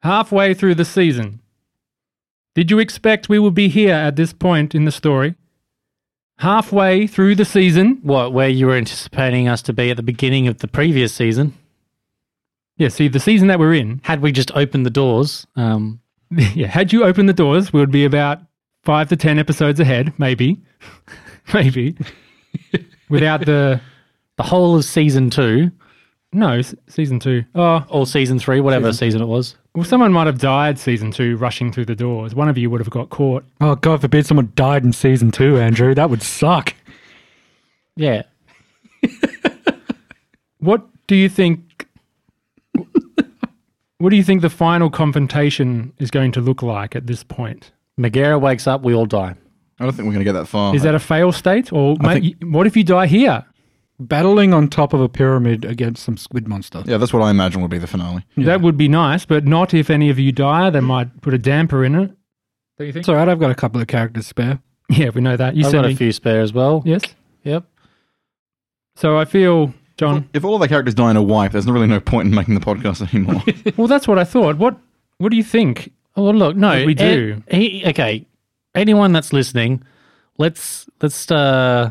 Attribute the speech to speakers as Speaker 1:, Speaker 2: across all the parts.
Speaker 1: halfway through the season. Did you expect we would be here at this point in the story? Halfway through the season?
Speaker 2: What, where you were anticipating us to be at the beginning of the previous season?
Speaker 1: Yeah, see, the season that we're in,
Speaker 2: Had we just opened the doors, um,
Speaker 1: yeah, had you opened the doors, we would be about five to 10 episodes ahead, maybe. maybe. Without the.
Speaker 2: the whole of season two
Speaker 1: No, s- season two. Oh,
Speaker 2: or season three, whatever season, it was.
Speaker 1: well, someone might have died season two rushing through the doors. One of you would have got caught.
Speaker 3: Oh, God forbid someone died in season two, Andrew. That would suck.
Speaker 2: Yeah.
Speaker 1: What do you think? what do you think the final confrontation is going to look like at this point?
Speaker 2: Megara wakes up, we all die.
Speaker 4: I don't think we're going to get that far.
Speaker 1: Is that a fail state, or ma-
Speaker 4: think-
Speaker 1: y- what if you die here?
Speaker 3: Battling on top of a pyramid against some squid monster.
Speaker 4: yeah, that's what I imagine will be the finale.
Speaker 1: That would be nice, but not if any of you die. They might put a damper in it. Don't you think?
Speaker 3: It's all right. I've got a couple of characters spare.
Speaker 1: yeah, we know that. You
Speaker 2: I've
Speaker 1: said
Speaker 2: got a
Speaker 1: me.
Speaker 2: few spare as well.
Speaker 1: Yes.
Speaker 2: Yep.
Speaker 1: So I feel, John.
Speaker 4: If all of the characters die in a wipe, there's really no point in making the podcast anymore.
Speaker 1: well, that's what I thought. What What do you think?
Speaker 2: Well, look, no,
Speaker 1: If we
Speaker 2: e-
Speaker 1: do.
Speaker 2: he- okay, anyone that's listening, let's let's uh,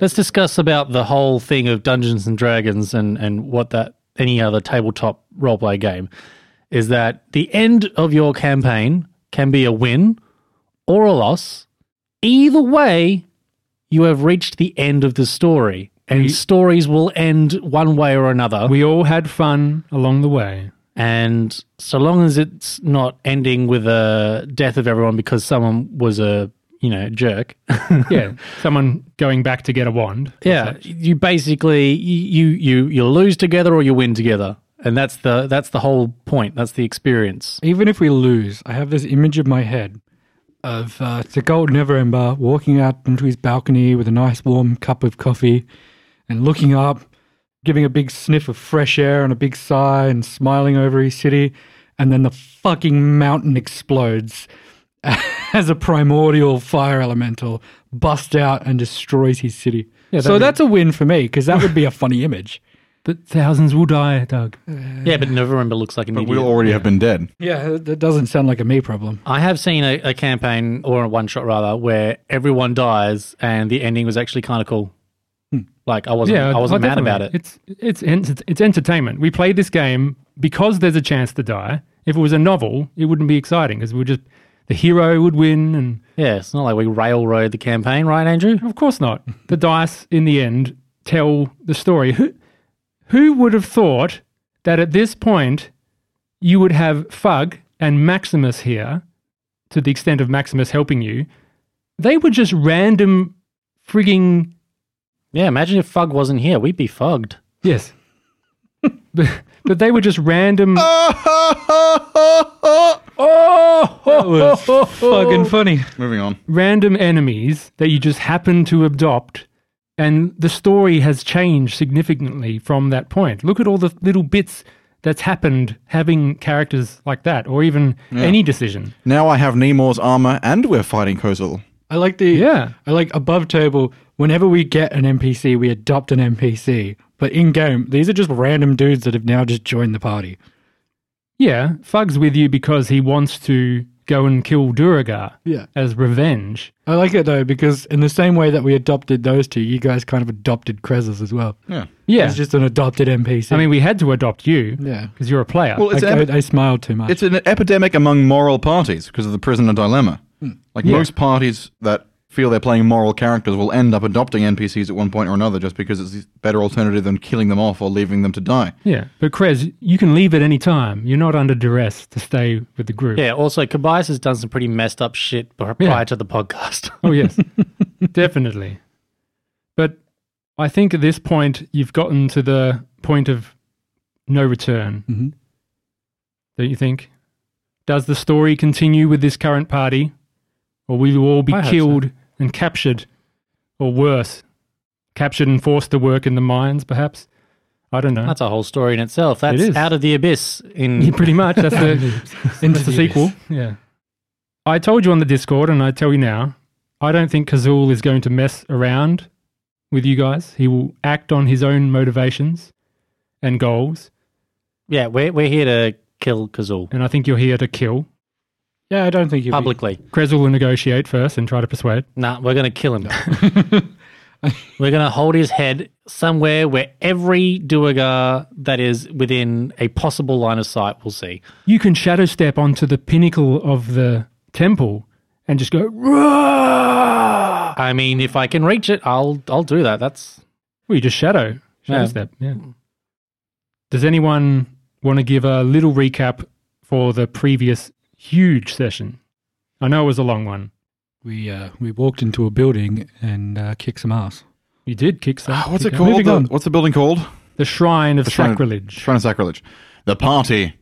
Speaker 2: let's discuss about the whole thing of Dungeons and Dragons and and what that any other tabletop roleplay game is that the end of your campaign can be a win or a loss. Either way, you have reached the end of the story, and stories will end one way or another.
Speaker 1: We all had fun along the way.
Speaker 2: And so long as it's not ending with a death of everyone because someone was a, you know, jerk.
Speaker 1: Yeah, someone going back to get a wand.
Speaker 2: yeah, you basically you you you lose together or you win together. And that's the that's the whole point. That's the experience.
Speaker 3: Even if we lose, I have this image in my head of uh, the gold Neverember walking out onto his balcony with a nice warm cup of coffee and looking up, giving a big sniff of fresh air and a big sigh and smiling over his city. And then the fucking mountain explodes as a primordial fire elemental busts out and destroys his city. so
Speaker 1: that'd be-
Speaker 3: that's a win for me because that would be a funny image.
Speaker 1: But thousands will die, Doug.
Speaker 2: Yeah, but Neverember looks like an
Speaker 4: but
Speaker 2: idiot.
Speaker 4: we'll already have been dead.
Speaker 3: Yeah, that that doesn't sound like a me problem.
Speaker 2: I have seen a, a campaign or a one shot rather where everyone dies and the ending was actually kind of cool.
Speaker 4: Hmm.
Speaker 2: Like I wasn't I wasn't
Speaker 1: oh,
Speaker 2: mad about it.
Speaker 1: definitely. It's it's en- it's entertainment. We played this game because there's a chance to die. If it was a novel, it wouldn't be exciting because we would just the hero would win, and
Speaker 2: Yeah, it's not like we railroad the campaign, right, Andrew?
Speaker 1: of course not. The dice in the end tell the story. Who who would have thought that at this point you would have Fug and Maximus here, to the extent of Maximus helping you? They were just random frigging
Speaker 2: Yeah, imagine if Fug wasn't here, we'd be fugged.
Speaker 1: yes. but, but they were just random.
Speaker 3: That was fucking funny.
Speaker 4: Moving on.
Speaker 1: random enemies that you just happen to adopt and the story has changed significantly from that point look at all the little bits that's happened having characters like that or even any decision
Speaker 4: Now I have Nemo's armor and we're fighting Kozil.
Speaker 3: I like the
Speaker 1: Yeah.
Speaker 3: I like above table. Whenever we get an NPC, we adopt an NPC. But in game, these are just random dudes that have now just joined the party.
Speaker 1: yeah fug's with you because he wants to go and kill duragar
Speaker 3: Yeah.
Speaker 1: as revenge
Speaker 3: I like it though because in the same way that we adopted those two, you guys kind of adopted Krezus as well.
Speaker 4: Yeah.
Speaker 1: yeah
Speaker 3: He's just an adopted NPC.
Speaker 1: i mean we had to adopt you
Speaker 3: yeah.
Speaker 1: because you're a player
Speaker 4: Well,
Speaker 3: I,
Speaker 4: it's, an epi-
Speaker 3: I, I smiled too much.
Speaker 4: it's an epidemic among moral parties because of the prisoner dilemma. Like most parties that feel they're playing moral characters will end up adopting NPCs at one point or another just because it's the better alternative than killing them off or leaving them to die.
Speaker 1: yeah but krez you can leave at any time you're not under duress to stay with the group
Speaker 2: Yeah, also, Kobayas has done some pretty messed up shit pri- prior
Speaker 1: Yeah.
Speaker 2: to the podcast.
Speaker 1: Oh yes, definitely. But I think at this point you've gotten to the point of no return.
Speaker 2: Mm-hmm.
Speaker 3: Mhm.
Speaker 1: Don't you think? Does the story continue with this current party, or will you all be
Speaker 2: I hope so.
Speaker 1: killed and captured, or worse, captured and forced to work in the mines? Perhaps I don't know.
Speaker 2: That's a whole story in itself. That's
Speaker 1: is.
Speaker 2: Out of the Abyss
Speaker 1: Yeah,
Speaker 2: in
Speaker 1: pretty much. That's the
Speaker 3: Into
Speaker 1: That's the
Speaker 3: the
Speaker 1: sequel.
Speaker 3: abyss.
Speaker 1: Yeah. I told you on the Discord, and I tell you now, I don't think Kazul is going to mess around with you guys. He will act on his own motivations and goals.
Speaker 2: Yeah, we're, we're here to kill Kazul
Speaker 1: and I think you're here to kill.
Speaker 3: Yeah, I don't think you
Speaker 2: publicly.
Speaker 1: Krezul will negotiate first and try to persuade.
Speaker 2: Nah, we're going to kill him. we're going to hold his head somewhere where every Duergar that is within a possible line of sight will see.
Speaker 1: You can shadow step onto the pinnacle of the temple and just go. "Roar!"
Speaker 2: I mean, if I can reach it, I'll I'll do that. That's
Speaker 1: Well, you just shadow. Shadow
Speaker 2: Yeah.
Speaker 1: step. Yeah. Does anyone want to give a little recap for the previous huge session? I know it was a long one.
Speaker 3: We uh, we walked into a building and uh, kicked some ass.
Speaker 1: You did kick some.
Speaker 4: Ah, what's it
Speaker 1: people.
Speaker 4: called?
Speaker 1: Moving
Speaker 4: The-
Speaker 1: on.
Speaker 4: what's the building called?
Speaker 1: The Shrine of
Speaker 4: The Shrine of-
Speaker 1: Sacrilege.
Speaker 4: Shrine of Sacrilege. The party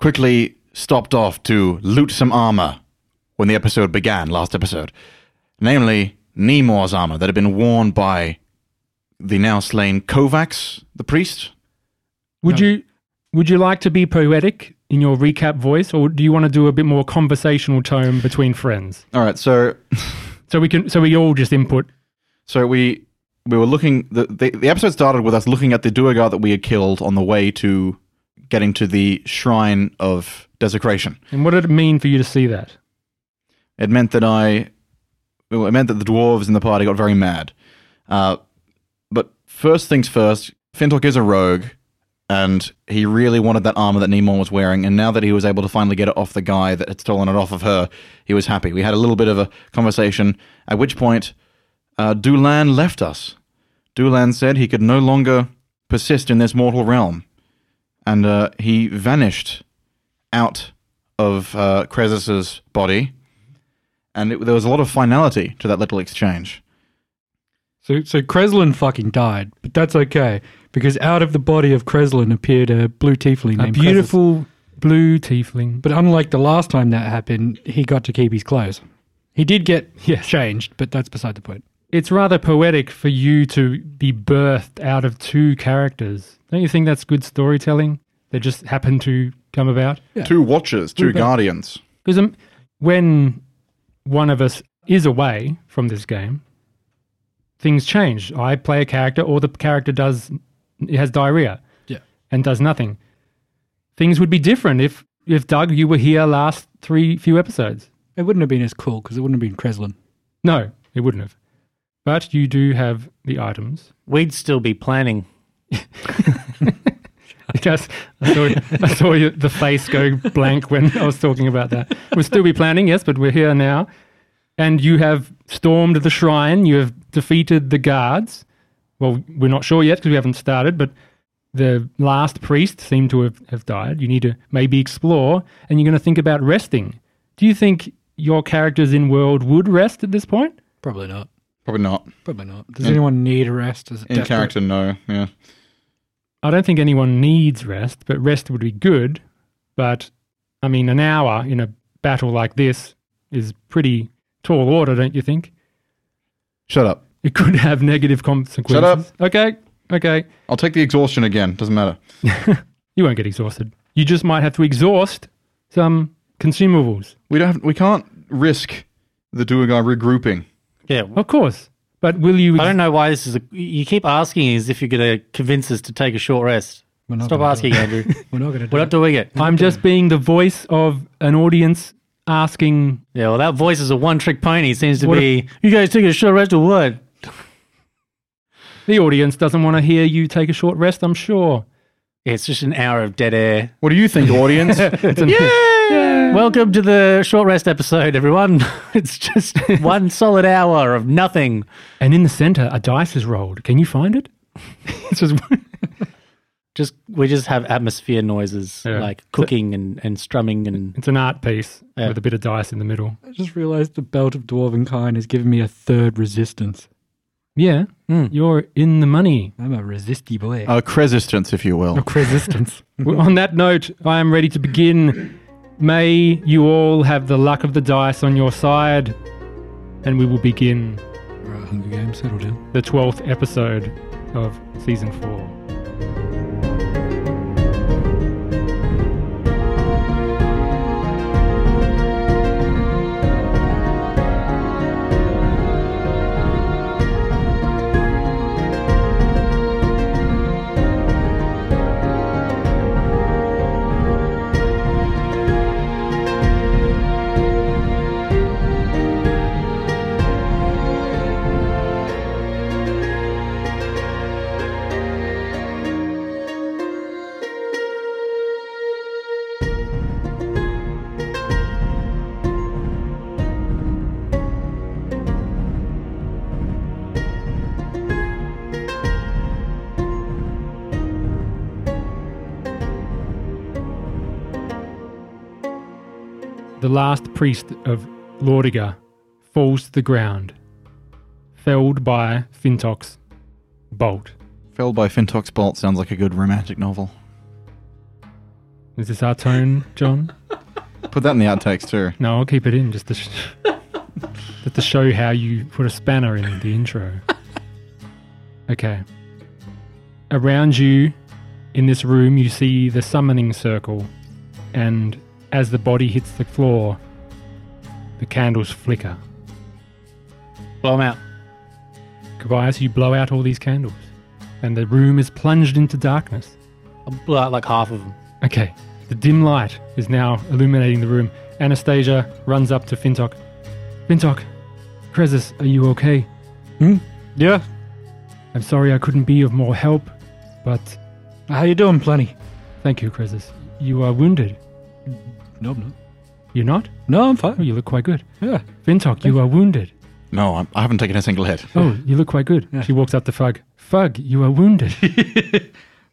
Speaker 4: quickly stopped off to loot some armor when the episode began, last episode. Namely, Nemor's armor that had been worn by the now slain Kovacs, the priest.
Speaker 1: Would you would you like to be poetic in your recap voice, or do you want to do a bit more conversational tone between friends?
Speaker 4: All right, so
Speaker 1: So we can so we all just input.
Speaker 4: so we we were looking. The, the the episode started with us looking at the duergar that we had killed on the way to getting to the shrine of desecration.
Speaker 1: And what did it mean for you to see that?
Speaker 4: It meant that I, well, it meant that the dwarves in the party got very mad. Uh, but first things first, Fintok is a rogue, and he really wanted that armor that Nemor was wearing. And now that he was able to finally get it off the guy that had stolen it off of her, he was happy. We had a little bit of a conversation. At which point, uh, Dulan left us. Dulan said he could no longer persist in this mortal realm, and uh, he vanished out of uh, Kresus's body and it, there was a lot of finality to that little exchange.
Speaker 3: So so Kreslin fucking died, but that's okay because out of the body of Kreslin appeared a blue tiefling
Speaker 1: A
Speaker 3: named Kreslin.
Speaker 1: beautiful blue tiefling.
Speaker 3: But unlike the last time that happened, he got to keep his clothes. He did get changed, but that's beside the point.
Speaker 1: It's rather poetic for you to be birthed out of two characters. Don't you think that's good storytelling that just happened to come about?
Speaker 4: Two watchers, two guardians.
Speaker 1: Because um, when one of us is away from this game, things change. I play a character, or the character does it has diarrhea
Speaker 3: Yeah.
Speaker 1: and does nothing. Things would be different if if Doug you were here last three few episodes.
Speaker 3: It wouldn't have been as cool because it wouldn't have been Kreslin.
Speaker 1: No, it wouldn't have. But you do have the items.
Speaker 2: we'd still be planning.
Speaker 1: Just I saw, I saw you, the face go blank when I was talking about that. We'll still be planning, yes, but we're here now. And you have stormed the shrine. You have defeated the guards. Well, we're not sure yet because we haven't started, but the last priest seemed to have, have died. You need to maybe explore, and you're going to think about resting. Do you think your characters in world would rest at this point?
Speaker 3: Probably not.
Speaker 4: Probably not.
Speaker 3: Probably not. Does anyone need a rest? Is it
Speaker 4: In
Speaker 3: desperate?
Speaker 4: character, no. Yeah.
Speaker 1: I don't think anyone needs rest, but rest would be good. But I mean, an hour in a battle like this is pretty tall order, don't you think?
Speaker 4: Shut up.
Speaker 1: It could have negative consequences. Shut up. Okay, okay.
Speaker 4: I'll take the exhaustion again. Doesn't matter.
Speaker 1: You won't get exhausted. You just might have to exhaust some consumables,
Speaker 4: We don't. Have, we can't risk the Duergar regrouping.
Speaker 2: Yeah.
Speaker 1: of course. But will you?
Speaker 2: I don't know why this is a. You keep asking as if you're going to convince us to take a short rest.
Speaker 3: We're not
Speaker 2: Stop
Speaker 3: gonna do
Speaker 2: asking, Andrew.
Speaker 3: We're not going to do
Speaker 2: We're
Speaker 3: it.
Speaker 2: not doing it.
Speaker 1: I'm just being the voice of an audience asking.
Speaker 2: Yeah, well, that voice is a one trick pony. It seems to
Speaker 1: What
Speaker 2: be, you guys took a short rest or what?
Speaker 1: The audience doesn't want to hear you take a short rest. I'm sure.
Speaker 2: It's just an hour of dead air.
Speaker 4: What do you think, audience?
Speaker 1: It's an-
Speaker 2: Welcome to the short rest episode, everyone. It's just one solid hour of nothing.
Speaker 1: And in the center, a dice is rolled. Can you find it? it's just
Speaker 2: Just we just have atmosphere noises
Speaker 1: Yeah.
Speaker 2: like cooking and, and strumming and
Speaker 1: it's an art piece
Speaker 2: Yeah.
Speaker 1: with a bit of dice in the middle.
Speaker 3: I just realized the belt of dwarven kind has given me a third resistance.
Speaker 1: Yeah, you're in the money.
Speaker 3: I'm a resisty boy.
Speaker 4: A resistance, if you will.
Speaker 3: resistance.
Speaker 1: Well, on that note, I am ready to begin. May you all have the luck of the dice on your side, and we will begin
Speaker 3: right, Hunger Games, settle down.
Speaker 1: the 12th episode of season 4. The last priest of Lordiga falls to the ground, felled by Fintok's bolt.
Speaker 4: Felled by Fintox Bolt sounds like a good romantic novel.
Speaker 1: Is this our tone, John?
Speaker 4: Put that in the outtakes too.
Speaker 1: No, I'll keep it in just to, sh- just to show how you put a spanner in the intro. Okay. Around you, in this room, you see the summoning circle, and as the body hits the floor, the candles flicker.
Speaker 2: Blow them out.
Speaker 1: Tobias, you blow out all these candles, and the room is plunged into darkness.
Speaker 2: I'll blow out like half of them.
Speaker 1: Okay. The dim light is now illuminating the room. Anastasia runs up to Fintok. Fintok, Krezus, are you okay?
Speaker 3: Yeah.
Speaker 1: I'm sorry I couldn't be of more help, but
Speaker 3: How you doing, Plenty?
Speaker 1: thank you, Krezus. You are wounded.
Speaker 3: No, I'm not.
Speaker 1: You're not?
Speaker 3: No, I'm
Speaker 1: Oh,
Speaker 3: fine.
Speaker 1: you look quite good.
Speaker 3: Yeah.
Speaker 1: Fintok, you are wounded.
Speaker 4: No, I'm, I haven't taken a single hit.
Speaker 1: Oh, you look quite good. She walks up to Fug. Fug, you are wounded.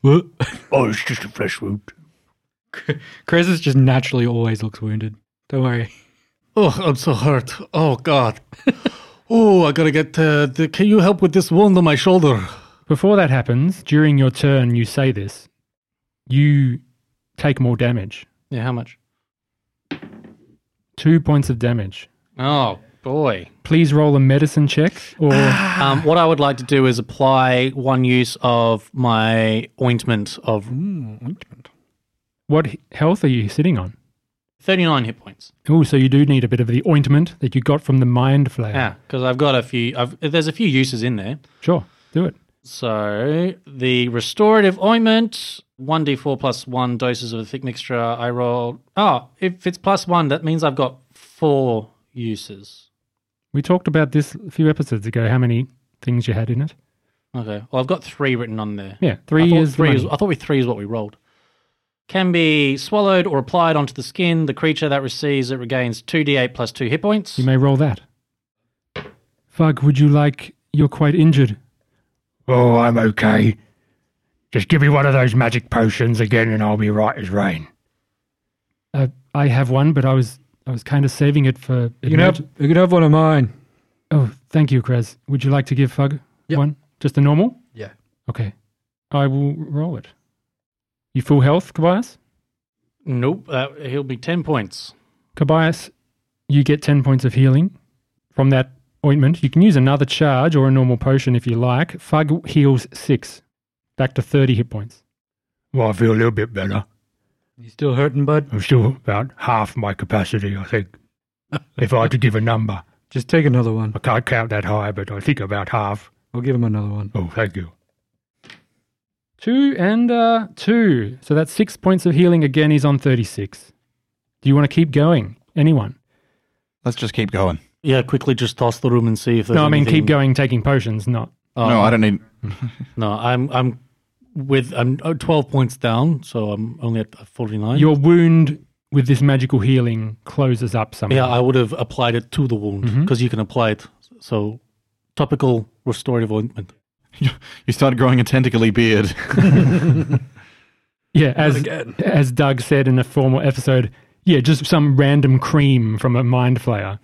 Speaker 3: Well,
Speaker 2: Oh, it's just a flesh wound.
Speaker 3: Krezus just naturally always looks wounded. Don't worry.
Speaker 2: Oh, I'm so hurt. Oh, God. oh, I gotta get. Uh, the, can you help with this wound on my shoulder?
Speaker 1: Before that happens, during your turn, you say this. You take more damage.
Speaker 2: Yeah, how much?
Speaker 1: Two points of damage.
Speaker 2: Oh, boy.
Speaker 1: Please roll a medicine check or
Speaker 2: Um, what I would like to do is apply one use of my ointment of
Speaker 3: Mm, ointment.
Speaker 1: what he- health are you sitting on?
Speaker 2: 39 hit points.
Speaker 1: Oh, so you do need a bit of the ointment that you got from the mind flare.
Speaker 2: Yeah, because I've got a few. I've, there's a few uses in there.
Speaker 1: Sure, do it.
Speaker 2: So the restorative ointment, one d4 plus one doses of the thick mixture. I rolled. Oh, if it's plus one, that means I've got four uses.
Speaker 1: We talked about this a few episodes ago, how many things you had in it.
Speaker 2: Okay. Well, I've got three written on there.
Speaker 1: Yeah,
Speaker 2: I
Speaker 1: three
Speaker 2: thought
Speaker 1: is the
Speaker 2: three. Is,
Speaker 1: money.
Speaker 2: I thought we three is what we rolled. Can be swallowed or applied onto the skin. The creature that receives it regains two d8 plus two hit points.
Speaker 1: You may roll that. Fug, would you like? You're quite injured.
Speaker 5: Oh, I'm okay. Just give me one of those magic potions again and I'll be right as rain.
Speaker 1: Uh, I have one, but I was I was kind of saving it for.
Speaker 3: You can, have, you can have one of mine.
Speaker 1: Oh, thank you, Krez. Would you like to give Fug one? Just a normal?
Speaker 5: Yeah.
Speaker 1: Okay. I will roll it. You full health, Kobayas?
Speaker 2: Nope. Uh, he'll be ten points.
Speaker 1: Kobayas, you get 10 points of healing from that ointment. You can use another charge or a normal potion if you like. Fug heals six, back to 30 hit points.
Speaker 5: Well, I feel a little bit better.
Speaker 3: You still hurting, bud?
Speaker 5: I'm still about half my capacity, I think. if I had to give a number,
Speaker 3: Just take another one.
Speaker 5: I can't count that high, but I think about half.
Speaker 3: I'll give him another one.
Speaker 5: Oh, thank you.
Speaker 1: Two and uh, two. So that's six points of healing again. He's on 36. Do you want to keep going? Anyone?
Speaker 4: Let's just keep going.
Speaker 2: Yeah. Quickly, just toss the room and see if there's.
Speaker 1: no, I mean, keep
Speaker 2: anything-
Speaker 1: going taking potions, not.
Speaker 2: Oh,
Speaker 4: no, I don't need.
Speaker 2: No, I'm I'm with I'm uh, twelve points down, so I'm only at forty nine.
Speaker 1: Your wound with this magical healing closes up somehow.
Speaker 2: yeah, I would have applied it to the wound because you can apply it. So topical restorative ointment.
Speaker 4: You start growing a tentacly beard.
Speaker 1: Yeah, as as Doug said in a formal episode, yeah, just some random cream from a mind flayer.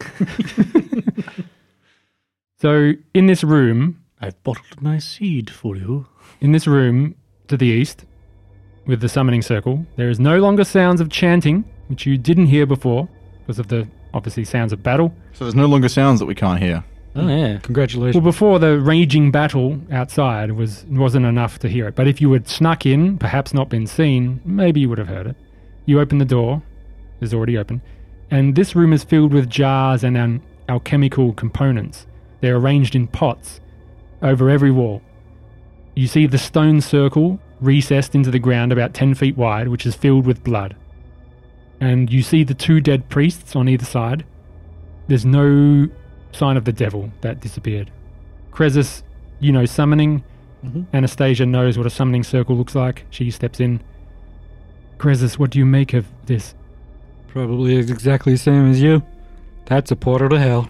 Speaker 1: so in this room,
Speaker 2: I've bottled my seed for you.
Speaker 1: in this room to the east, with the summoning circle, there is no longer sounds of chanting, which you didn't hear before because of the obviously sounds of battle.
Speaker 4: so there's no longer sounds that we can't hear.
Speaker 2: Oh yeah,
Speaker 1: Well,
Speaker 3: Congratulations.
Speaker 1: before the raging battle outside was wasn't enough to hear it. But if you had snuck in, perhaps not been seen, maybe you would have heard it. You open the door; it's already open, and this room is filled with jars and um, alchemical components. They're arranged in pots over every wall. You see the stone circle recessed into the ground about ten feet wide, which is filled with blood. And you see the two dead priests on either side. There's no sign of the devil that disappeared. Cresus, you know, summoning. Anastasia knows what a summoning circle looks like. She steps in. Cresus, what do you make of this?
Speaker 3: Probably is exactly the same as you. That's a portal to hell.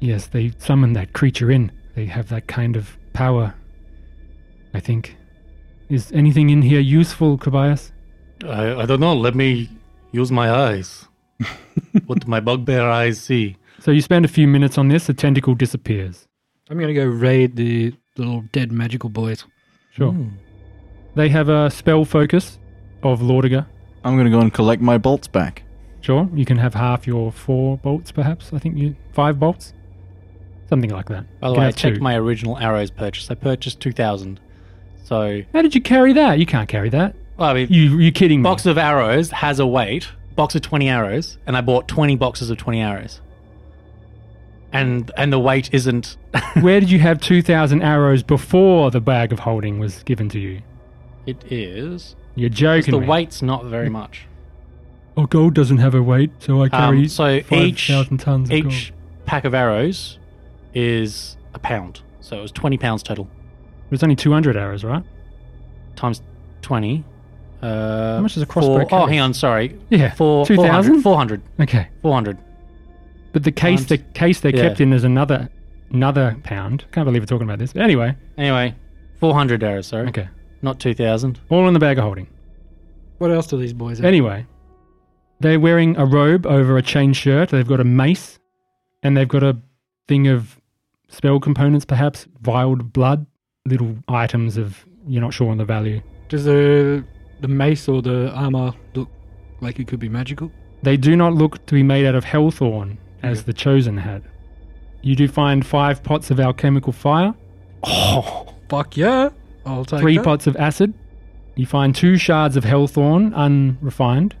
Speaker 1: Yes, they summoned that creature in. They have that kind of power, I think. Is anything in here useful, Kobayas?
Speaker 2: I, I don't know. Let me use my eyes. what do my bugbear eyes see?
Speaker 1: So you spend a few minutes on this, the tentacle disappears.
Speaker 3: I'm going to go raid the little dead magical boys.
Speaker 1: Sure. They have a spell focus of Lordiger.
Speaker 4: I'm going to go and collect my bolts back.
Speaker 1: Sure. You can have half your four bolts, perhaps. I think you five bolts. Something like that.
Speaker 2: By
Speaker 1: You can
Speaker 2: the way, I
Speaker 1: have
Speaker 2: checked
Speaker 1: two.
Speaker 2: my original arrows purchase. I purchased 2,000. So,
Speaker 1: How did you carry that? You can't carry that.
Speaker 2: well, I mean,
Speaker 1: You you kidding me?
Speaker 2: box of arrows has a weight, box of 20 arrows, and I bought 20 boxes of 20 arrows. And and the weight isn't
Speaker 1: Where did you have two thousand arrows before the bag of holding was given to you?
Speaker 2: it is
Speaker 1: You're joking.
Speaker 2: the
Speaker 1: me.
Speaker 2: weight's not very much.
Speaker 1: Oh, gold doesn't have a weight, so I carry
Speaker 2: Um, so each
Speaker 1: 5,000 tons of
Speaker 2: each pack of arrows is a pound. So it was 20 pounds total
Speaker 1: gold. There's only 200 arrows, right?
Speaker 2: times 20. Uh, How
Speaker 1: much does a crossbow
Speaker 2: Oh,
Speaker 1: carry?
Speaker 2: hang on, sorry.
Speaker 1: Yeah,
Speaker 2: Four,
Speaker 1: 2,000?
Speaker 2: 400, 400.
Speaker 1: Okay.
Speaker 2: 400.
Speaker 1: But the case
Speaker 2: Times-
Speaker 1: the case they're
Speaker 2: Yeah.
Speaker 1: kept in is another another pound. Can't believe we're talking about this. But anyway,
Speaker 2: Anyway, 400 arrows, sorry.
Speaker 1: okay.
Speaker 2: Not 2,000.
Speaker 1: All in the bag of holding.
Speaker 3: What else do these boys have?
Speaker 1: Anyway, they're wearing a robe over a chain shirt. They've got a mace, and they've got a thing of spell components, perhaps vialed blood, little items of you're not sure on the value.
Speaker 3: Does the the mace or the armor look like it could be magical?
Speaker 1: They do not look to be made out of hellthorn, as the chosen had. You do find five pots of alchemical fire,
Speaker 3: Fuck yeah! I'll take
Speaker 1: three
Speaker 3: that.
Speaker 1: pots of acid. You find two shards of hellthorn, unrefined.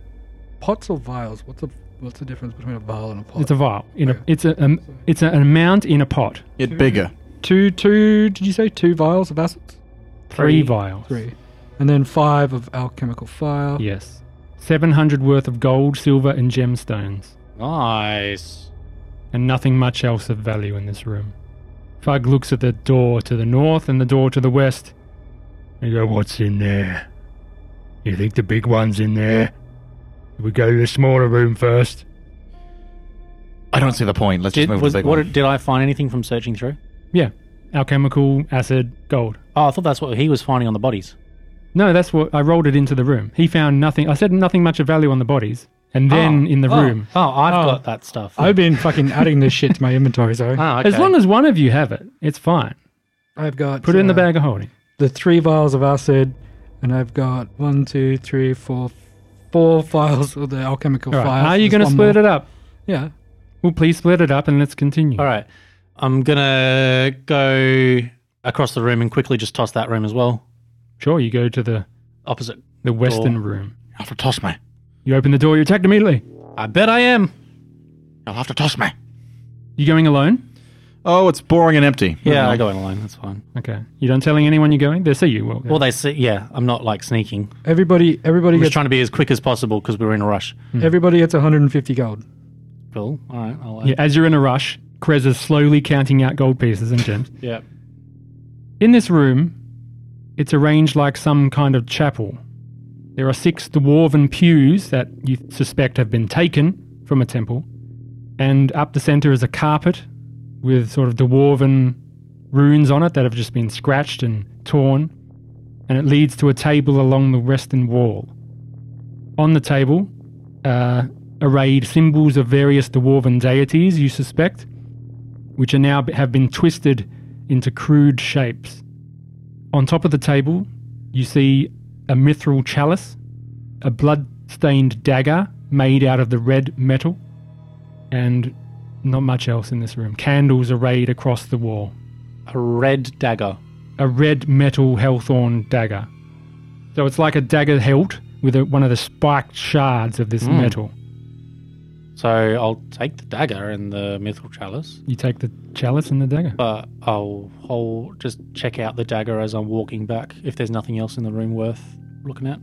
Speaker 3: pots or vials. What's the what's the difference between a vial and a pot? Oh,
Speaker 1: It's a vial. In a, it's a um, it's an amount in a pot.
Speaker 4: Get bigger.
Speaker 3: two two. Did you say two vials of acids?
Speaker 1: Three,
Speaker 2: Three.
Speaker 1: vials.
Speaker 3: Three, and then five of alchemical fire.
Speaker 1: Yes. Seven hundred worth of gold, silver, and gemstones,
Speaker 2: Nice.
Speaker 1: and nothing much else of value in this room. Fug looks at the door to the north and the door to the west.
Speaker 5: You go, what's in there? You think the big one's in there? We go to the smaller room first.
Speaker 4: I don't see the point. Let's
Speaker 2: Did,
Speaker 4: just move
Speaker 2: was,
Speaker 4: to the big
Speaker 2: what,
Speaker 4: one.
Speaker 2: did I find anything from searching through?
Speaker 1: Yeah, alchemical, acid, gold.
Speaker 2: Oh, I thought that's what he was finding on the bodies.
Speaker 1: No, that's what I rolled it into the room. He found nothing. I said nothing much of value on the bodies, and then in the
Speaker 2: Oh,
Speaker 1: room.
Speaker 2: Oh, I've
Speaker 3: Oh.
Speaker 2: got that stuff.
Speaker 3: I've been fucking adding this shit to my inventory, so
Speaker 2: oh, okay.
Speaker 1: As long as one of you have it, it's fine.
Speaker 3: I've got
Speaker 1: Put it in the
Speaker 3: uh,
Speaker 1: bag of holding.
Speaker 3: The three vials of acid, and I've got one, two, three, four, four vials of the alchemical
Speaker 1: All right.
Speaker 3: fire.
Speaker 1: Are you going to split it up?
Speaker 3: Yeah.
Speaker 1: Well, please split it up and let's continue.
Speaker 2: All right. I'm going to go across the room and quickly just toss that room as well.
Speaker 1: Sure, you go to the
Speaker 2: Opposite.
Speaker 1: the western room.
Speaker 4: I'll have to toss me.
Speaker 1: You open the door. You're attacked immediately.
Speaker 2: I bet I am.
Speaker 4: I'll have to toss me.
Speaker 1: You going alone?
Speaker 4: Oh, it's boring and empty.
Speaker 2: Yeah, I'll go in alone. That's fine.
Speaker 1: Okay. You don't telling anyone you're going. They see you. Well,
Speaker 2: Well, they see. Yeah, I'm not like sneaking.
Speaker 3: Everybody, everybody
Speaker 2: I'm just
Speaker 3: gets
Speaker 2: trying to be as quick as possible because we're in a rush.
Speaker 3: everybody gets 150 gold.
Speaker 2: Cool. All right. I'll, uh,
Speaker 1: yeah, as you're in a rush, Krez is slowly counting out gold pieces and gems.
Speaker 2: yeah.
Speaker 1: In this room, it's arranged like some kind of chapel. There are six dwarven pews that you suspect have been taken from a temple, and up the center is a carpet with sort of dwarven runes on it that have just been scratched and torn, and it leads to a table along the western wall. On the table, uh, arrayed symbols of various dwarven deities, you suspect, which are now have been twisted into crude shapes. On top of the table, you see a mithril chalice, a blood-stained dagger made out of the red metal, and not much else in this room. Candles arrayed across the wall.
Speaker 2: A red dagger.
Speaker 1: A red metal hellthorn dagger. So it's like a dagger hilt with a, one of the spiked shards of this metal.
Speaker 2: So I'll take the dagger and the mithril chalice,
Speaker 1: You take the chalice and the dagger.
Speaker 2: but I'll hold, just check out the dagger as I'm walking back if there's nothing else in the room worth looking at.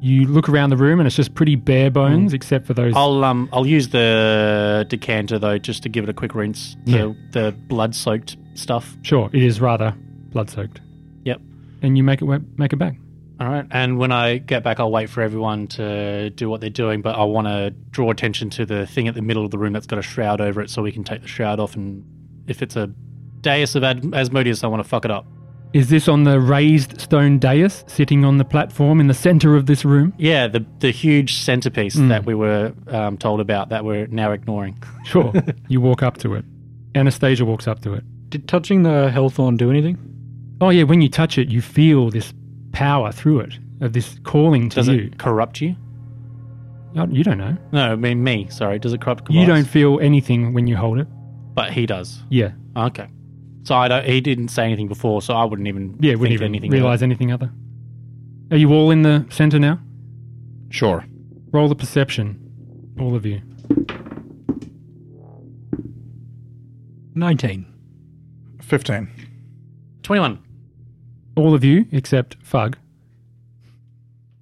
Speaker 1: You look around the room and it's just pretty bare
Speaker 2: Mm.
Speaker 1: bones except for those
Speaker 2: I'll um I'll use the decanter though just to give it a quick rinse. The,
Speaker 1: Yeah.
Speaker 2: the blood soaked stuff.
Speaker 1: Sure, it is rather blood soaked.
Speaker 2: Yep.
Speaker 1: And you make it wa- make it back.
Speaker 2: All right. And when I get back, I'll wait for everyone to do what they're doing, but I want to draw attention to the thing at the middle of the room that's got a shroud over it so we can take the shroud off. And if it's a dais of Ad- Asmodeus, I want to fuck it up.
Speaker 1: Is this on the raised stone dais sitting on the platform in the center of this room?
Speaker 2: Yeah, the the huge centerpiece
Speaker 1: Mm.
Speaker 2: that we were um, told about that we're now ignoring.
Speaker 1: Sure. you walk up to it. Anastasia walks up to it.
Speaker 3: Did touching the hellthorn do anything?
Speaker 1: Oh, yeah, when you touch it, you feel this power through it, of this calling to
Speaker 2: Does
Speaker 1: you.
Speaker 2: it corrupt you?
Speaker 1: Oh, You don't know.
Speaker 2: No, I mean me. Sorry. Does it corrupt?
Speaker 1: You
Speaker 2: Kovacs?
Speaker 1: don't feel anything when you hold it.
Speaker 2: but he does.
Speaker 1: Yeah.
Speaker 2: Okay. So I don't. He didn't say anything before, so I wouldn't even.
Speaker 1: Yeah, wouldn't
Speaker 2: think
Speaker 1: even
Speaker 2: anything.
Speaker 1: realize anything other. Are you all in the center now?
Speaker 4: Sure.
Speaker 1: Roll the perception, all of you.
Speaker 3: 19.
Speaker 6: 15.
Speaker 2: Twenty-one.
Speaker 1: All of you except Fug.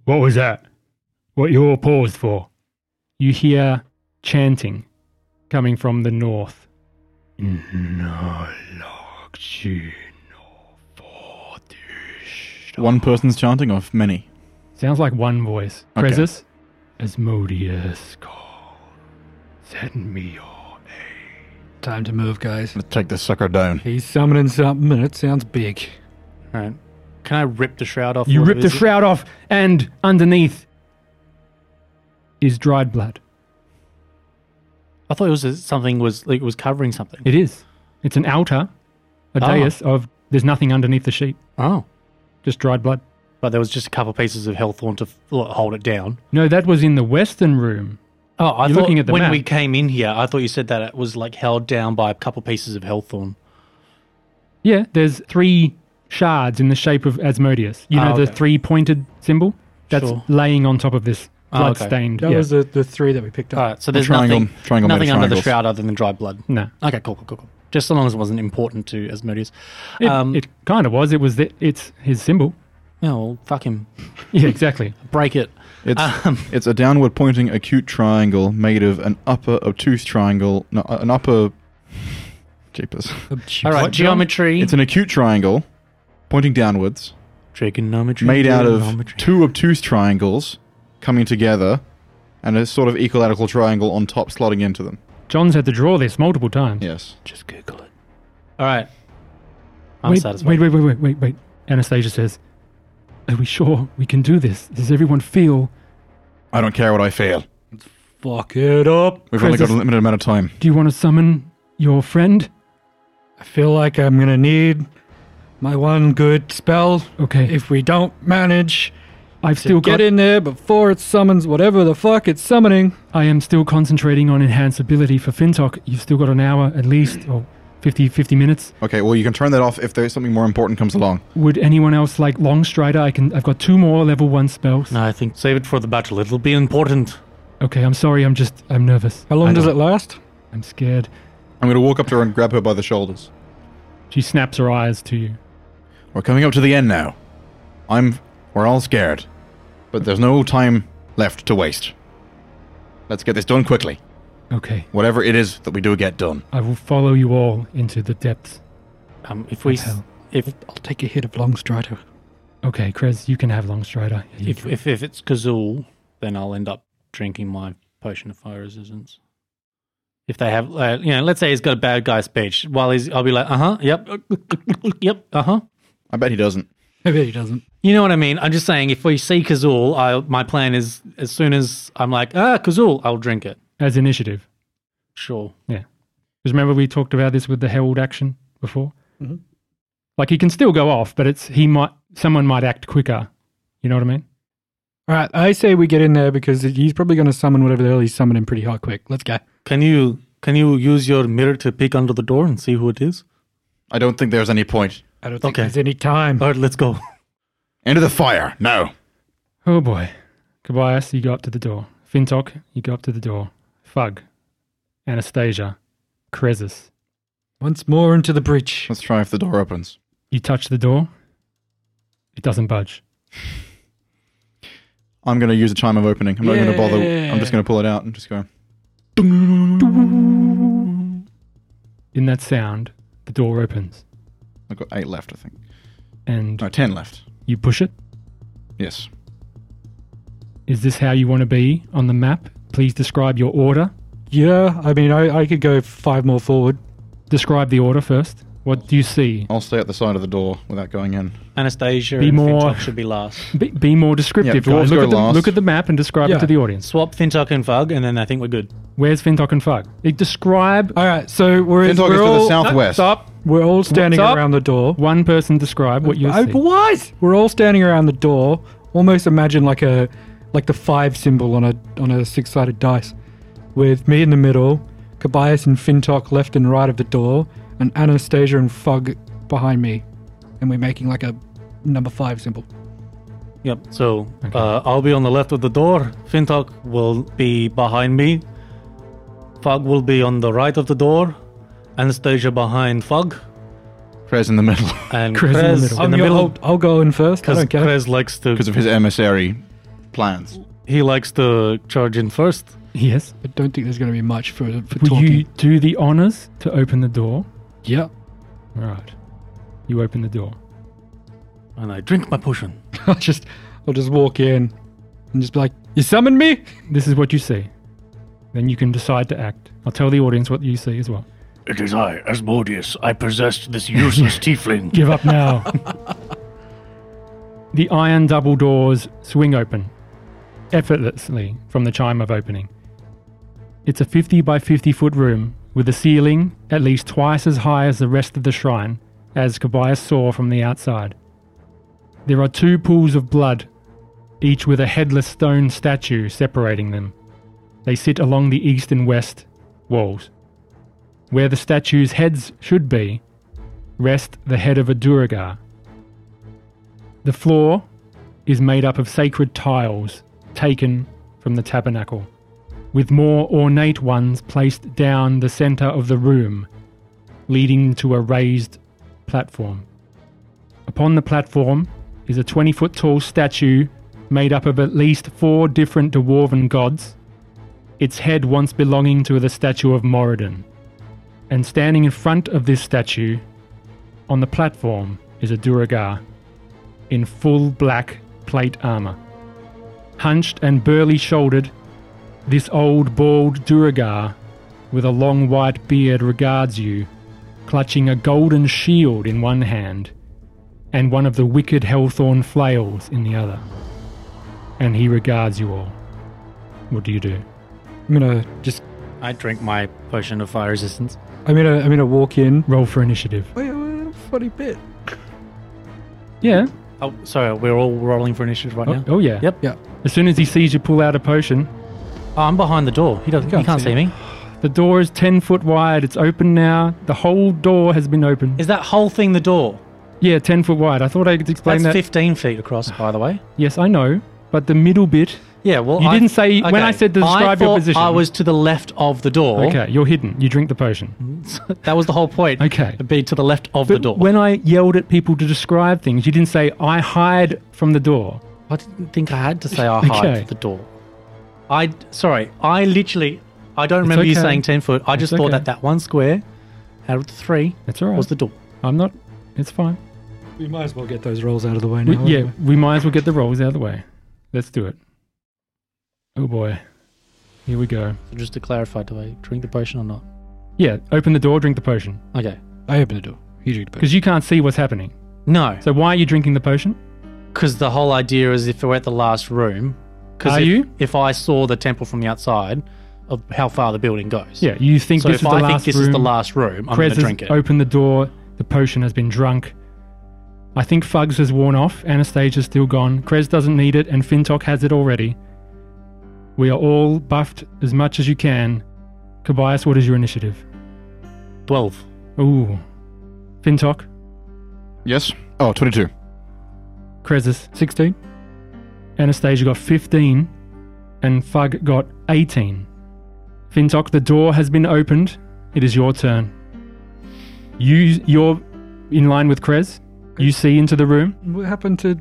Speaker 5: What was that? What you all paused for?
Speaker 1: You hear chanting coming from the north.
Speaker 4: One person's chanting of many.
Speaker 1: Sounds like one voice.
Speaker 4: Okay.
Speaker 1: Prezus,
Speaker 5: Asmodeus call. Send me your
Speaker 3: Time to move, guys.
Speaker 4: Let's take this sucker down.
Speaker 3: He's summoning something, and it sounds big.
Speaker 2: All right. Can I rip the shroud off?
Speaker 1: you
Speaker 2: whatever
Speaker 1: rip the
Speaker 2: this is?
Speaker 1: shroud off, and underneath is dried blood.
Speaker 2: I thought it was uh, something was like it was covering something.
Speaker 1: It is. It's an altar, a
Speaker 2: Ah.
Speaker 1: dais of there's nothing underneath the sheet,
Speaker 2: Oh.
Speaker 1: just dried blood.
Speaker 2: But there was just a couple pieces of hellthorn to f- hold it down.
Speaker 1: No, that was in the western room.
Speaker 2: Oh, I
Speaker 1: You're
Speaker 2: thought
Speaker 1: looking at the
Speaker 2: when
Speaker 1: map.
Speaker 2: we came in here, I thought you said that it was like held down by a couple pieces of hellthorn.
Speaker 1: Yeah, there's three shards in the shape of Asmodeus. You
Speaker 2: Ah,
Speaker 1: know the
Speaker 2: okay.
Speaker 1: three pointed symbol? That's
Speaker 2: Sure.
Speaker 1: laying on top of this
Speaker 2: Ah,
Speaker 1: blood
Speaker 2: okay.
Speaker 1: stained.
Speaker 3: That
Speaker 1: yeah.
Speaker 3: was the, the three that we picked
Speaker 2: All
Speaker 3: up.
Speaker 2: right, so there's
Speaker 4: triangle-
Speaker 2: nothing,
Speaker 4: triangle made of
Speaker 2: nothing under the
Speaker 4: triangles.
Speaker 2: shroud other than dried blood.
Speaker 1: no.
Speaker 2: Okay, cool, cool, cool, cool. Just so long as it wasn't important to Asmodeus.
Speaker 1: It,
Speaker 2: Um,
Speaker 1: it kind of was. It was the, it's his symbol.
Speaker 2: No, Oh, well, fuck him.
Speaker 1: Yeah, exactly.
Speaker 2: Break it.
Speaker 4: It's
Speaker 2: Um,
Speaker 4: it's a downward pointing acute triangle made of an upper obtuse triangle. No, an upper. Jeepers.
Speaker 3: Obtuse.
Speaker 2: all right,
Speaker 1: What, John?
Speaker 2: geometry.
Speaker 4: It's an acute triangle pointing downwards,
Speaker 2: trigonometry.
Speaker 4: made out of
Speaker 2: trigonometry.
Speaker 4: two obtuse triangles coming together, and a sort of equilateral triangle on top slotting into them.
Speaker 1: John's had to draw this multiple times.
Speaker 4: Yes.
Speaker 2: Just Google it. All right. I'm
Speaker 1: wait,
Speaker 2: satisfied.
Speaker 1: wait, wait, wait, wait, wait, wait. Anastasia says, Are we sure we can do this? Does everyone feel?
Speaker 4: I don't care what I feel.
Speaker 3: Fuck it up.
Speaker 4: We've only got a
Speaker 1: Princess-
Speaker 4: limited amount of time.
Speaker 1: Do you want to summon your friend?
Speaker 3: I feel like I'm going to need my one good spell.
Speaker 1: Okay.
Speaker 3: If we don't manage
Speaker 1: I've
Speaker 3: to
Speaker 1: still
Speaker 3: get
Speaker 1: got
Speaker 3: in there before it summons whatever the fuck it's summoning,
Speaker 1: I am still concentrating on enhanceability for FinTok. You've still got an hour at least, or 50, 50 minutes.
Speaker 4: Okay, well, you can turn that off if there's something more important comes along.
Speaker 1: Would anyone else like Longstrider? I can. I've got two more level one spells.
Speaker 2: No, I think save it for the battle. It'll be important.
Speaker 1: Okay, I'm sorry. I'm just. I'm nervous.
Speaker 3: how long does it last?
Speaker 1: I'm scared.
Speaker 4: I'm going to walk up to her and grab her by the shoulders.
Speaker 1: She snaps her eyes to you.
Speaker 4: We're coming up to the end now. I'm. We're all scared. But there's no time left to waste. Let's get this done quickly.
Speaker 1: Okay,
Speaker 4: Whatever it is that we do get done.
Speaker 1: I will follow you all into the depths.
Speaker 2: Um, if we, s-
Speaker 1: Hell.
Speaker 2: if
Speaker 3: I'll take a hit of Longstrider.
Speaker 1: Okay, Krez, you can have Longstrider. You
Speaker 2: if, if if it's Kazul, then I'll end up drinking my potion of fire resistance. If they have, uh, you know, let's say he's got a bad guy speech. While he's, I'll be like, uh huh, yep, yep, uh huh.
Speaker 4: I bet he doesn't.
Speaker 3: Maybe he doesn't.
Speaker 2: You know what I mean? I'm just saying, if we see Kazul, I, my plan is as soon as I'm like, ah, Kazul, I'll drink it.
Speaker 1: as initiative.
Speaker 2: Sure.
Speaker 1: Because remember we talked about this with the held action before.
Speaker 3: Mhm.
Speaker 1: Like he can still go off, but it's he might someone might act quicker. You know what I mean?
Speaker 3: All right, I say we get in there because he's probably going to summon whatever the hell he's summoning pretty hot quick. Let's go.
Speaker 2: Can you can you use your mirror to peek under the door and see who it is?
Speaker 4: I don't think there's any point.
Speaker 3: I don't think
Speaker 2: Okay.
Speaker 3: there's any time.
Speaker 2: All right, let's go.
Speaker 4: Into the fire! No!
Speaker 1: Oh boy. Kobayas, you go up to the door. Fintok, you go up to the door. Fug, Anastasia, Krezus.
Speaker 3: Once more into the breach.
Speaker 4: Let's try if the door opens.
Speaker 1: You touch the door. It doesn't budge.
Speaker 4: I'm going to use a chime of opening. I'm not going to bother. I'm just going to pull it out and just go.
Speaker 1: In that sound, the door opens
Speaker 4: I've got eight left, I think.
Speaker 1: and
Speaker 4: No, ten left.
Speaker 1: you push it.
Speaker 4: Yes.
Speaker 1: Is this how you want to be on the map? Please describe your order.
Speaker 3: Yeah, I mean, I, I could go five more forward.
Speaker 1: Describe the order first. What do you see?
Speaker 4: I'll stay at the side of the door without going in.
Speaker 2: Anastasia
Speaker 1: Be
Speaker 2: and
Speaker 1: more-
Speaker 2: Fintok should be last.
Speaker 1: Be, be more descriptive.
Speaker 4: Yeah,
Speaker 1: guys.
Speaker 4: dwarves
Speaker 1: Look,
Speaker 4: go
Speaker 1: at the,
Speaker 4: last.
Speaker 1: look at the map and describe
Speaker 3: Yeah.
Speaker 1: it to the audience.
Speaker 2: Swap Fintok and Fug, and then I think we're good.
Speaker 1: Where's Fintok and Fug? Eh, Describe.
Speaker 3: All right, so we're,
Speaker 4: Fintok is to
Speaker 3: we're
Speaker 4: the
Speaker 3: all,
Speaker 4: southwest.
Speaker 3: Stop. We're all standing
Speaker 1: What's up?
Speaker 3: around the door.
Speaker 1: One person describe what you
Speaker 3: I-
Speaker 1: see.
Speaker 3: Oh, what? We're all standing around the door. Almost imagine like a like the five symbol on a on a six sided dice, with me in the middle, Kobayas and Fintok left and right of the door, and Anastasia and Fug behind me, and we're making like a number five symbol.
Speaker 2: Yep. So uh, I'll be on the left of the door. Fintok will be behind me. Fug will be on the right of the door. Anastasia behind Fug.
Speaker 4: Prez in the middle
Speaker 2: And
Speaker 1: Krez
Speaker 2: Krez
Speaker 1: in the middle.
Speaker 2: in the middle.
Speaker 3: I'm your- I'll, I'll go in first. I
Speaker 2: because
Speaker 3: don't care.
Speaker 2: Krez likes
Speaker 4: because
Speaker 2: to
Speaker 4: of his emissary plans.
Speaker 2: he likes to charge in first.
Speaker 1: Yes.
Speaker 3: I don't think there's going to be much for for
Speaker 1: Will
Speaker 3: talking.
Speaker 1: you do the honors to open the door?
Speaker 3: yeah.
Speaker 1: All right. You open the door.
Speaker 2: And I drink my potion.
Speaker 3: I'll just I'll just walk in and just be like, "You summoned me."
Speaker 1: This is what you see. Then you can decide to act. I'll tell the audience what you see as well.
Speaker 6: It is I, Asmodeus. I possessed this useless tiefling.
Speaker 1: Give up now. the iron double doors swing open effortlessly from the chime of opening. It's a 50 by 50 foot room with a ceiling at least twice as high as the rest of the shrine, as Kobayas saw from the outside. There are two pools of blood, each with a headless stone statue separating them. They sit along the east and west walls. Where the statue's heads should be, rest the head of a duragar. The floor is made up of sacred tiles taken from the tabernacle, with more ornate ones placed down the center of the room, leading to a raised platform. Upon the platform is a 20 foot tall statue made up of at least four different dwarven gods, its head once belonging to the statue of Moradin. And standing in front of this statue on the platform is a Duragar in full black plate armor. Hunched and burly shouldered, this old bald Duragar with a long white beard regards you, clutching a golden shield in one hand and one of the wicked hellthorn flails in the other. And he regards you all. What do you do?
Speaker 3: I'm gonna just
Speaker 2: I drink my potion of fire resistance.
Speaker 3: I'm gonna I'm gonna walk in.
Speaker 1: Roll for initiative.
Speaker 3: Wait, wait, funny bit.
Speaker 1: Yeah.
Speaker 2: Oh, sorry, we're all rolling for initiative right
Speaker 1: Oh,
Speaker 2: now.
Speaker 1: oh yeah.
Speaker 2: Yep.
Speaker 3: Yeah.
Speaker 1: As soon as he sees you pull out a potion,
Speaker 2: Oh, I'm behind the door. He doesn't. He
Speaker 3: can't
Speaker 2: can't, see me.
Speaker 1: The door is 10 foot wide. It's open now. The whole door has been opened.
Speaker 2: Is that whole thing the door?
Speaker 1: yeah, 10 foot wide. I thought I could explain
Speaker 2: That's
Speaker 1: that.
Speaker 2: 15 feet across, by the way.
Speaker 1: yes, I know. But the middle bit,
Speaker 2: Yeah, well,
Speaker 1: You
Speaker 2: I-
Speaker 1: didn't say- when
Speaker 2: okay.
Speaker 1: I said to
Speaker 2: I
Speaker 1: describe your
Speaker 2: thought
Speaker 1: position.
Speaker 2: I was to the left of the door.
Speaker 1: okay, you're hidden. You drink the potion.
Speaker 2: that was the whole point.
Speaker 1: Okay.
Speaker 2: be to the left of the
Speaker 1: But
Speaker 2: door.
Speaker 1: when I yelled at people to describe things, you didn't say, I hide from the door.
Speaker 2: I didn't think I had to say I hide
Speaker 1: Okay.
Speaker 2: from the door. I sorry, I literally I don't remember you
Speaker 1: okay.
Speaker 2: saying 10 foot. I just
Speaker 1: It's
Speaker 2: thought
Speaker 1: okay.
Speaker 2: that that one square out of the three
Speaker 1: That's all right.
Speaker 2: was the door.
Speaker 1: I'm not. It's fine.
Speaker 3: We might as well get those rolls out of the way
Speaker 1: We,
Speaker 3: now.
Speaker 1: yeah, we might as well get the rolls out of the way. Let's do it. Oh boy. Here we go.
Speaker 2: So just to clarify, do I drink the potion or not?
Speaker 1: Yeah, open the door, drink the potion.
Speaker 2: Okay.
Speaker 3: I open the door. You drink the potion.
Speaker 1: Because you can't see what's happening.
Speaker 2: No,
Speaker 1: So why are you drinking the potion?
Speaker 2: because the whole idea is if we're at the last room, because
Speaker 1: Are
Speaker 2: if,
Speaker 1: you?
Speaker 2: if I saw the temple from the outside of how far the building goes,
Speaker 1: Yeah, you think
Speaker 2: So
Speaker 1: this
Speaker 2: if
Speaker 1: is the
Speaker 2: I
Speaker 1: last
Speaker 2: think this
Speaker 1: room.
Speaker 2: is the last room,
Speaker 1: Krez
Speaker 2: I'm going to
Speaker 1: has
Speaker 2: drink it.
Speaker 1: opened the door. The potion has been drunk. I think Fugs has worn off. Anastasia's still gone. Krez doesn't need it, and Fintok has it already. We are all buffed as much as you can. Kobayas, what is your initiative?
Speaker 2: 12.
Speaker 1: Ooh. Fintok,
Speaker 4: Yes? Oh, 22.
Speaker 1: Krezis,
Speaker 3: Sixteen.
Speaker 1: Anastasia got 15, and Fug got 18. Fintok, the door has been opened. It is your turn. You, you're in line with Krez. You see into the room.
Speaker 3: What happened to?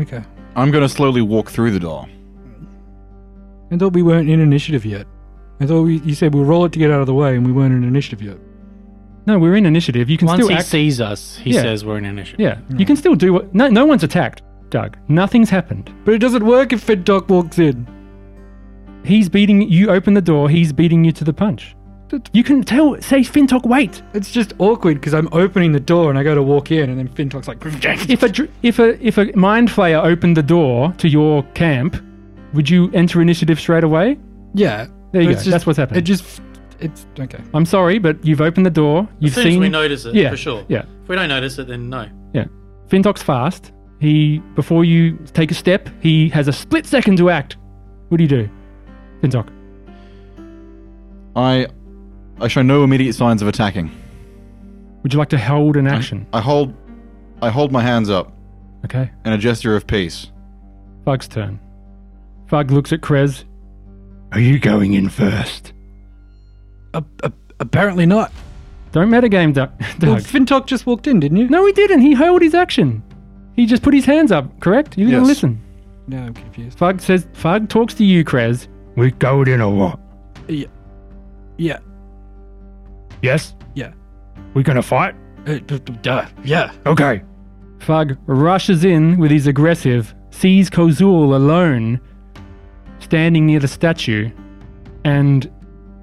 Speaker 3: Okay.
Speaker 4: I'm going to slowly walk through the door.
Speaker 3: I thought we weren't in initiative yet. I thought we, you said we'll roll it to get out of the way, and we weren't in initiative yet.
Speaker 1: No, we're in initiative. You can
Speaker 2: Once
Speaker 1: still
Speaker 2: he
Speaker 1: act.
Speaker 2: sees us, he
Speaker 1: Yeah.
Speaker 2: says we're in initiative.
Speaker 1: yeah, you can still do what. No, no one's attacked, Doug. Nothing's happened.
Speaker 3: But it doesn't work if Fed Doc walks in.
Speaker 1: He's beating you. Open the door. He's beating you to the punch. You can tell, say, Fintok, wait.
Speaker 3: It's just awkward because I'm opening the door and I go to walk in, and then Fintok's like,
Speaker 1: If a, dr- if a, if a mind flayer opened the door to your camp, would you enter initiative straight away?
Speaker 3: "Yeah,
Speaker 1: There you go.
Speaker 3: But it's just-
Speaker 1: That's what's happening.
Speaker 3: It just, it's okay.
Speaker 1: I'm sorry, but you've opened the door. You've
Speaker 2: as soon
Speaker 1: seen.
Speaker 2: as we notice it,
Speaker 1: yeah,
Speaker 2: for sure.
Speaker 1: Yeah.
Speaker 2: If we don't notice it, then no.
Speaker 1: Yeah. Fintok's fast. He before you take a step, he has a split second to act. What do you do? Fintok.
Speaker 4: I I show no immediate signs of attacking.
Speaker 1: Would you like to hold an action?
Speaker 4: I hold I hold my hands up
Speaker 1: Okay.
Speaker 4: in a gesture of peace.
Speaker 1: Fug's turn. Fug looks at Krez.
Speaker 5: Are you going in first?
Speaker 3: apparently not.
Speaker 1: Don't metagame Doug.
Speaker 3: Well,
Speaker 1: Doug.
Speaker 3: Fintok just walked in, didn't you?
Speaker 1: no, he didn't. He held his action. He just put his hands up, correct? You didn't
Speaker 4: Yes.
Speaker 1: listen.
Speaker 3: No, I'm confused.
Speaker 1: Fug says Fug talks to you, Krez.
Speaker 5: We golden or what?
Speaker 3: Yeah,
Speaker 5: Yes?
Speaker 3: Yeah.
Speaker 5: We gonna fight?
Speaker 3: Uh, d- d- duh. Yeah.
Speaker 5: Okay.
Speaker 1: Fug rushes in with his aggressive, sees Kozul alone, standing near the statue, and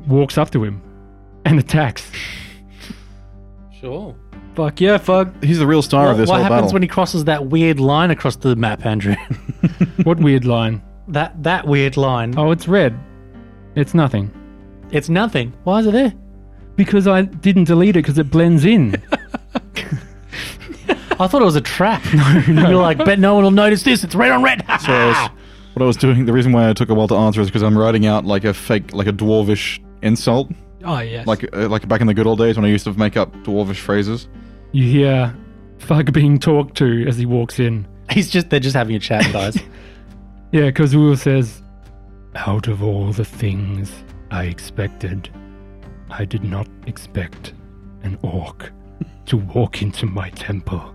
Speaker 1: walks up to him and attacks.
Speaker 2: Sure.
Speaker 3: Fuck yeah, fuck.
Speaker 4: He's the real star
Speaker 2: What,
Speaker 4: of this
Speaker 2: what
Speaker 4: whole
Speaker 2: happens
Speaker 4: battle.
Speaker 2: when he crosses that weird line across the map, Andrew?
Speaker 1: What weird line?
Speaker 2: that that weird line.
Speaker 1: Oh, it's red. It's nothing.
Speaker 2: It's nothing. Why is it there?
Speaker 1: Because I didn't delete it because it blends in.
Speaker 2: I thought it was a trap. You're like, bet no one will notice this. It's red on red.
Speaker 4: So I was- what I was doing, the reason why I took a while to answer is because I'm writing out like a fake, like a dwarvish insult,
Speaker 3: Oh yes.
Speaker 4: like uh, like back in the good old days when I used to make up dwarvish phrases.
Speaker 1: you hear Fug being talked to as he walks in.
Speaker 2: He's just they're just having a chat, guys.
Speaker 1: Yeah, Kozul says,
Speaker 5: Out of all the things I expected, I did not expect an orc to walk into my temple.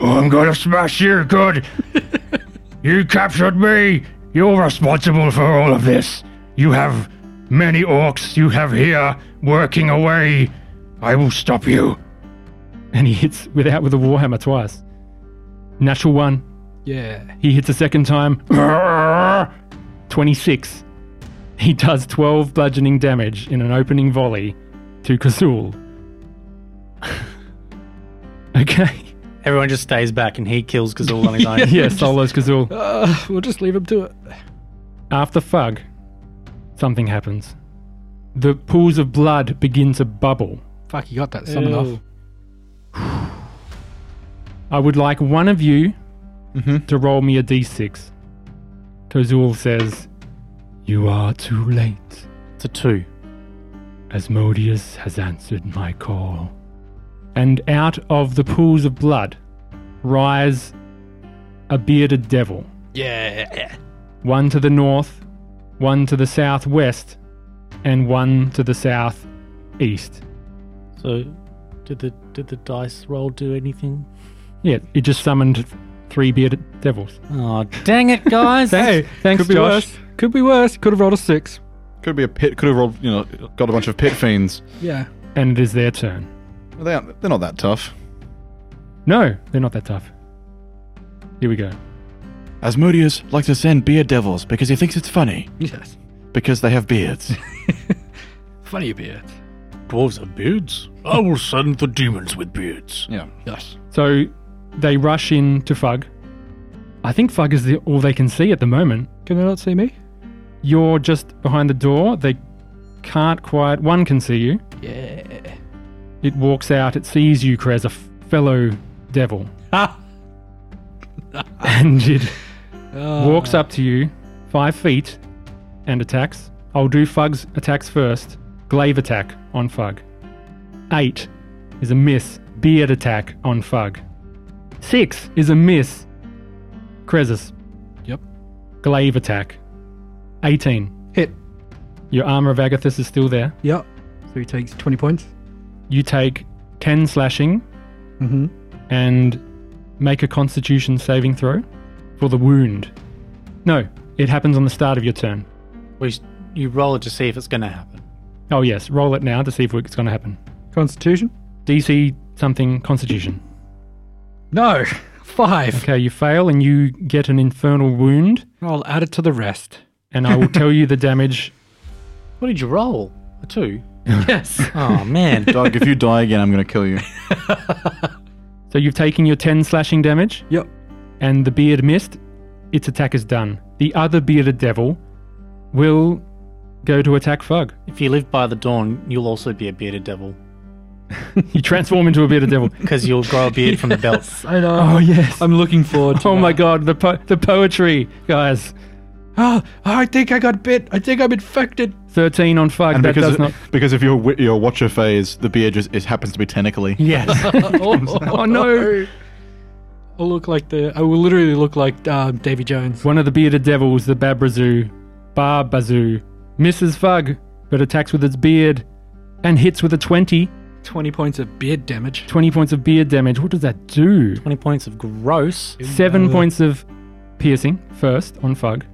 Speaker 5: Oh, I'm gonna smash you good! you captured me! You're responsible for all of this! You have many orcs you have here working away! I will stop you!
Speaker 1: and he hits without with a warhammer twice. Natural one.
Speaker 3: yeah.
Speaker 1: He hits a second time. 26. He does 12 bludgeoning damage in an opening volley to Kazul. okay.
Speaker 2: Everyone just stays back and he kills Gazul on his own.
Speaker 1: Yeah, solos Kazul.
Speaker 3: Uh, we'll just leave him to it.
Speaker 1: After Fug, something happens. The pools of blood begin to bubble.
Speaker 3: Fuck, he got that summon off.
Speaker 1: I would like one of you to roll me a d6. Tozul says, You are too late.
Speaker 2: It's a two.
Speaker 1: Asmodeus has answered my call. And out of the pools of blood rise a bearded devil.
Speaker 3: Yeah.
Speaker 1: One to the north, one to the southwest, and one to the southeast.
Speaker 2: So did the did the dice roll do anything?
Speaker 1: Yeah, it just summoned three bearded devils.
Speaker 2: Oh dang it, guys.
Speaker 1: Thanks, thanks
Speaker 3: Could be
Speaker 1: Josh.
Speaker 3: worse. Could be worse. Could have rolled a six.
Speaker 4: Could be a pit. Could have rolled, you know, got a bunch of pit fiends.
Speaker 3: Yeah.
Speaker 1: And it is their turn.
Speaker 4: They aren't, they're not that tough.
Speaker 1: No, they're not that tough. Here we go.
Speaker 4: Asmodeus likes to send beard devils because he thinks it's funny
Speaker 3: Yes.
Speaker 4: because they have beards.
Speaker 3: Funny beards.
Speaker 6: Dwarves have beards. I will send the demons with beards.
Speaker 4: yeah,
Speaker 3: Yes.
Speaker 1: So they rush in to Fug. I think Fug is the, all they can see at the moment.
Speaker 3: Can they not see me?
Speaker 1: You're just behind the door. They can't quite. One can see you.
Speaker 3: Yeah.
Speaker 1: It walks out. It sees you, Krez, a f- fellow devil.
Speaker 3: Ah.
Speaker 1: and it
Speaker 3: Uh, Ah.
Speaker 1: walks up to you five feet and attacks. I'll do Fug's attacks first. Glaive attack on Fug. Eight is a miss. Beard attack on Fug. Six is a miss. Krezus.
Speaker 3: Yep.
Speaker 1: Glaive attack. 18.
Speaker 3: Hit.
Speaker 1: Your armor of Agathis is still there.
Speaker 3: Yep. So he takes twenty points.
Speaker 1: You take 10 slashing
Speaker 3: Mm-hmm.
Speaker 1: and make a constitution saving throw for the wound. No, it happens on the start of your turn.
Speaker 2: We s- you roll it to see if it's gonna happen.
Speaker 1: Oh, yes. Roll it now to see if it's going to happen.
Speaker 3: Constitution.
Speaker 1: DC something constitution.
Speaker 3: No. Five.
Speaker 1: Okay, you fail and you get an infernal wound,
Speaker 3: I'll add it to the rest.
Speaker 1: and I will tell you the damage.
Speaker 2: What did you roll? A two.
Speaker 1: yes.
Speaker 2: Oh man.
Speaker 4: Doug, if you die again, I'm going to kill you.
Speaker 1: So you've taken your 10 slashing damage.
Speaker 3: Yep.
Speaker 1: And the beard missed. Its attack is done. The other bearded devil will go to attack Fug.
Speaker 2: if you live by the dawn, you'll also be a bearded devil
Speaker 1: You transform into a bearded devil.
Speaker 2: because you'll grow a beard from the belt.
Speaker 3: I know.
Speaker 1: Oh, yes.
Speaker 3: I'm looking forward to
Speaker 1: Oh
Speaker 3: that.
Speaker 1: my god, the, po- the poetry, guys.
Speaker 3: Oh, I think I got bit. I think I'm infected.
Speaker 1: 13 on Fug.
Speaker 4: And
Speaker 1: that
Speaker 4: because
Speaker 1: does
Speaker 4: of,
Speaker 1: not.
Speaker 4: because of your wi- your watcher phase, the beard just it happens to be tentacly.
Speaker 1: Yes. oh no.
Speaker 3: I'll look like the. I will literally look like um, Davy Jones.
Speaker 1: One of the bearded devils, the Babrazoo, Barbazoo, misses Fug, but attacks with its beard and hits with a 20.
Speaker 3: 20 points of beard damage.
Speaker 1: 20 points of beard damage. What does that do?
Speaker 2: Twenty points of gross.
Speaker 1: Seven
Speaker 3: Uh,
Speaker 1: points of piercing first on Fug.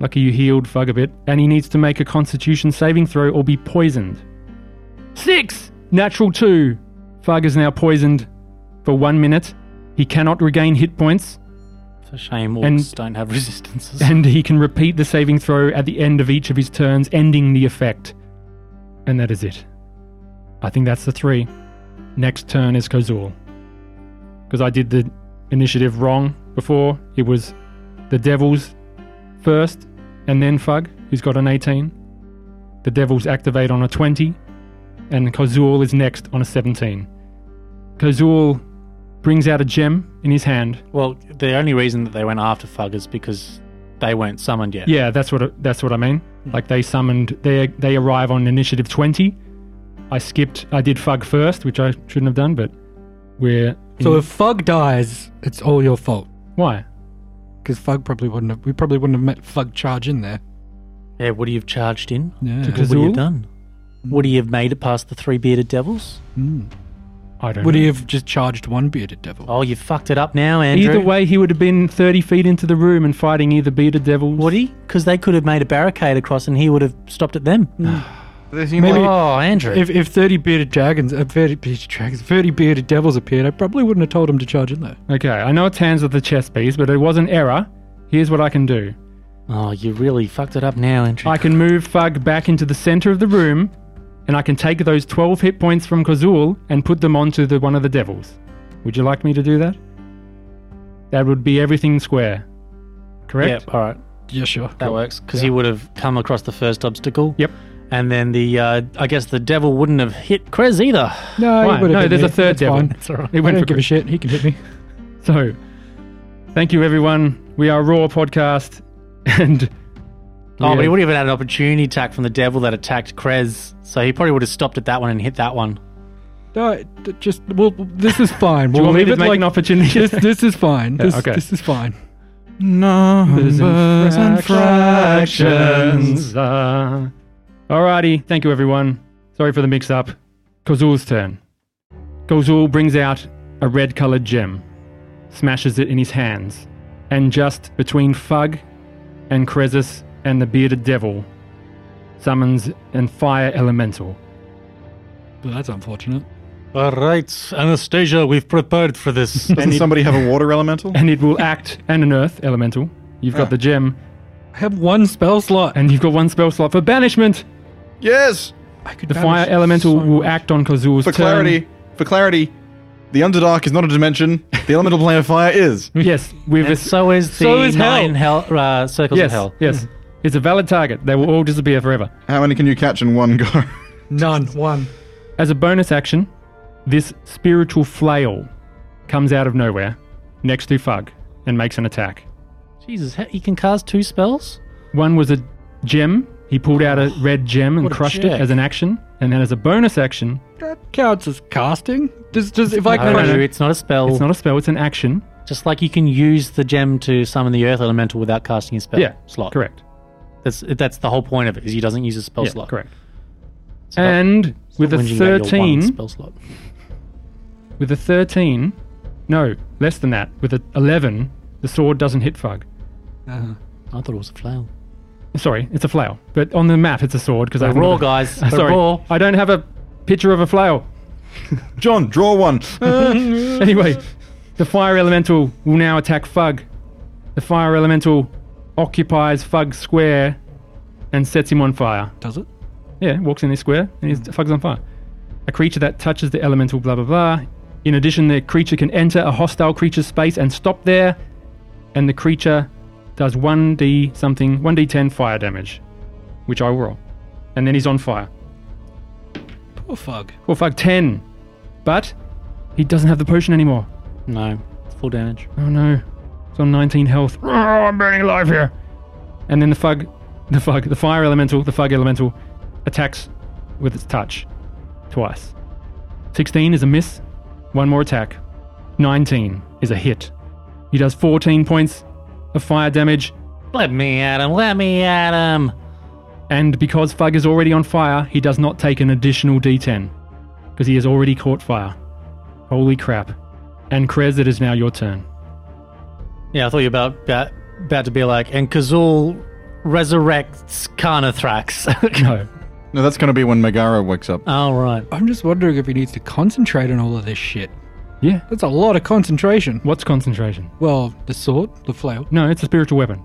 Speaker 1: Lucky you healed Fug a bit. And he needs to make a constitution saving throw or be poisoned. Six! Natural two. Fug is now poisoned for one minute. He cannot regain hit points,
Speaker 2: It's a shame orcs
Speaker 1: And-
Speaker 2: don't have resistances.
Speaker 1: and he can repeat the saving throw at the end of each of his turns, ending the effect. And that is it. I think that's the three. Next turn is Kozul. Because I did the initiative wrong before. It was the Devils first, and then Fug, who's got an 18. The Devils activate on a 20, and Kozul is next on a 17. Kozul brings out a gem in his hand.
Speaker 2: well, the only reason that they went after Fug is because they weren't summoned yet. Hmm.
Speaker 1: Yeah, that's what that's what I mean. Like they summoned they they arrive on initiative 20. I skipped I did fug first, which I shouldn't have done, but we're
Speaker 3: So
Speaker 1: in-
Speaker 3: if Fug dies, it's all your fault.
Speaker 1: why?
Speaker 3: Because Fug probably wouldn't have. We probably wouldn't have met Fug charge in there.
Speaker 2: Yeah. What do you've charged in?
Speaker 3: Yeah.
Speaker 2: What do you
Speaker 1: Gazul?
Speaker 2: done? Would he have made it past the three bearded devils?
Speaker 1: I don't
Speaker 3: Would
Speaker 1: know.
Speaker 3: he have just charged one bearded devil?
Speaker 2: Oh, you fucked it up now, Andrew.
Speaker 1: Either way, he would have been 30 feet into the room and fighting either bearded devils.
Speaker 2: Would he? Because they could have made a barricade across and he would have stopped at them.
Speaker 4: They seem
Speaker 3: Maybe-
Speaker 4: like-
Speaker 2: Oh, Andrew.
Speaker 3: If, if 30 bearded dragons, uh, 30 bearded dragons, 30 bearded devils appeared, I probably wouldn't have told him to charge in there.
Speaker 1: Okay, I know it's hands of the chess piece, but it was an error. Here's what I can do.
Speaker 2: oh, you really fucked it up now, Andrew.
Speaker 1: I can move Fug back into the center of the room, and I can take those 12 hit points from Kozul and put them onto the one of the devils. Would you like me to do that? That would be everything square. Correct?
Speaker 2: Yep, all right.
Speaker 3: Yeah, sure.
Speaker 2: That works. Because he would have come across the first obstacle.
Speaker 1: Yep.
Speaker 2: And then the, uh, I guess the devil wouldn't have hit Krez either.
Speaker 3: No,
Speaker 1: Why?
Speaker 3: he would have
Speaker 1: No,
Speaker 3: been
Speaker 1: there's
Speaker 3: there.
Speaker 1: a third
Speaker 3: That's
Speaker 1: devil.
Speaker 3: fine.
Speaker 2: That's all right.
Speaker 1: It
Speaker 3: I
Speaker 1: went
Speaker 3: don't
Speaker 1: for
Speaker 3: give a shit. He can hit me.
Speaker 1: So, thank you everyone. We are Raw Podcast, and
Speaker 2: Oh, but
Speaker 1: Yeah.
Speaker 2: he would have even had an opportunity attack from the devil that attacked Krez. So he probably would have stopped at that one and hit that one.
Speaker 3: No, d- just well, this is fine.
Speaker 1: do you
Speaker 3: we'll
Speaker 1: want me
Speaker 3: leave
Speaker 1: to
Speaker 3: it
Speaker 1: make
Speaker 3: like
Speaker 1: an opportunity?
Speaker 3: this. This is fine. This,
Speaker 1: okay.
Speaker 3: this is fine.
Speaker 4: Numbers and fractions.
Speaker 1: Fractions. Uh, alrighty, thank you everyone. Sorry for the mix up. Kozul's turn. Kozul brings out a red colored gem, smashes it in his hands, and just between Fug and Cresus and the bearded devil, summons an fire elemental.
Speaker 3: Well, that's unfortunate.
Speaker 2: All right, Anastasia, we've prepared for this.
Speaker 4: Doesn't somebody have a water elemental?
Speaker 1: And it will act, and an earth elemental. You've got
Speaker 4: Ah.
Speaker 1: the gem,
Speaker 3: I have one spell slot.
Speaker 1: and you've got one spell slot for banishment.
Speaker 4: yes.
Speaker 3: I could
Speaker 1: The fire
Speaker 3: banish
Speaker 1: elemental
Speaker 3: so
Speaker 1: will
Speaker 3: much.
Speaker 1: act on Kozul's
Speaker 4: For
Speaker 1: turn.
Speaker 4: clarity, for clarity, the Underdark is not a dimension. The elemental plane of fire is.
Speaker 1: Yes, we've
Speaker 2: and so is the
Speaker 1: So is hell.
Speaker 2: nine hell, uh, circles
Speaker 1: yes,
Speaker 2: of hell.
Speaker 1: yes. Mm-hmm. It's a valid target. They will all disappear forever.
Speaker 4: How many can you catch in one go?
Speaker 3: None. One.
Speaker 1: As a bonus action, this spiritual flail comes out of nowhere next to Fug and makes an attack.
Speaker 2: Jesus, he- he can cast two spells?
Speaker 1: One was a gem. He pulled out a red gem and
Speaker 2: What a
Speaker 1: crushed it
Speaker 2: jerk.
Speaker 1: as an action. And then as a bonus action,
Speaker 3: That counts as casting. Does does if I
Speaker 2: No,
Speaker 3: crush
Speaker 2: no, it's not a spell.
Speaker 1: it's not a spell, it's an action.
Speaker 2: Just like you can use the gem to summon the earth elemental without casting a spell
Speaker 1: yeah,
Speaker 2: slot.
Speaker 1: Correct.
Speaker 2: That's that's the whole point of it. Is he doesn't use a spell
Speaker 1: Yeah,
Speaker 2: slot.
Speaker 1: correct.
Speaker 2: It's about-
Speaker 1: And
Speaker 2: it's
Speaker 1: with
Speaker 2: not
Speaker 1: a
Speaker 2: whinging about your one
Speaker 1: 13,
Speaker 2: spell slot.
Speaker 1: with a 13, no, less than that, with a 11, the sword doesn't hit Fug.
Speaker 3: Uh,
Speaker 2: I thought it was a flail.
Speaker 1: Sorry, it's a flail. But on the map, it's a sword because I haven't
Speaker 2: They're
Speaker 1: got
Speaker 2: raw,
Speaker 1: a-
Speaker 2: guys.
Speaker 1: Uh,
Speaker 2: They're
Speaker 1: Sorry,
Speaker 2: raw.
Speaker 1: I don't have a picture of a flail.
Speaker 4: John, draw one.
Speaker 1: Anyway, the fire elemental will now attack Fug. The fire elemental occupies Fug's square and sets him on fire.
Speaker 3: does it?
Speaker 1: Yeah, walks in this square and his fug's on fire. A creature that touches the elemental blah blah blah. In addition, the creature can enter a hostile creature's space and stop there, and the creature does 1d something, 1d10 fire damage, which I will roll. And then he's on fire.
Speaker 3: Poor fug.
Speaker 1: Well, fuck, 10. But he doesn't have the potion anymore.
Speaker 2: No, it's full damage.
Speaker 1: Oh no. It's on 19 health. Oh, I'm burning alive here. And then the fug, the fug, the fire elemental, the fug elemental attacks with its touch twice. 16 is a miss, one more attack. 19 is a hit. He does 14 points of fire damage,
Speaker 2: Let me at him. Let me at him.
Speaker 1: and because Fug is already on fire, he does not take an additional d10 because he has already caught fire. Holy crap. And Krez, it is now your turn.
Speaker 2: Yeah, I thought you were about about, about to be like, and Kazul resurrects Carnathrax.
Speaker 1: No.
Speaker 4: No, that's going to be when Megara wakes up.
Speaker 2: All right.
Speaker 3: I'm just wondering if he needs to concentrate on all of this shit.
Speaker 1: Yeah.
Speaker 3: That's a lot of concentration.
Speaker 1: What's concentration?
Speaker 3: Well, the sword, the flail,
Speaker 1: No, it's a spiritual weapon.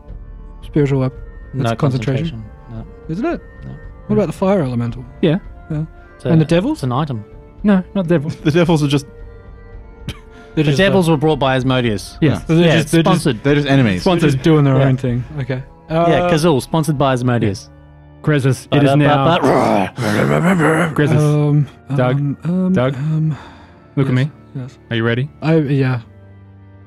Speaker 3: spiritual weapon. That's
Speaker 2: no
Speaker 3: concentration.
Speaker 2: concentration. No.
Speaker 3: isn't it? What about the fire elemental?
Speaker 1: Yeah.
Speaker 3: Yeah.
Speaker 2: It's a-
Speaker 3: And the devils?
Speaker 2: It's an item.
Speaker 1: No, not devil.
Speaker 4: The devils are just
Speaker 3: They're
Speaker 2: The
Speaker 3: just,
Speaker 2: devils were brought by Asmodeus.
Speaker 1: Yes.
Speaker 3: uh, they're
Speaker 2: Yeah,
Speaker 3: just, they're just,
Speaker 2: sponsored.
Speaker 4: they're just enemies.
Speaker 3: they're just doing their
Speaker 2: Yeah.
Speaker 3: own thing. Okay. Uh,
Speaker 2: yeah, Kazul, sponsored by Asmodeus.
Speaker 1: Krezus, it is now. Krezus,
Speaker 3: Um,
Speaker 1: Doug?
Speaker 3: Um, um,
Speaker 1: Doug?
Speaker 3: Um,
Speaker 1: look at me.
Speaker 3: yes.
Speaker 1: Are you ready?
Speaker 3: I yeah.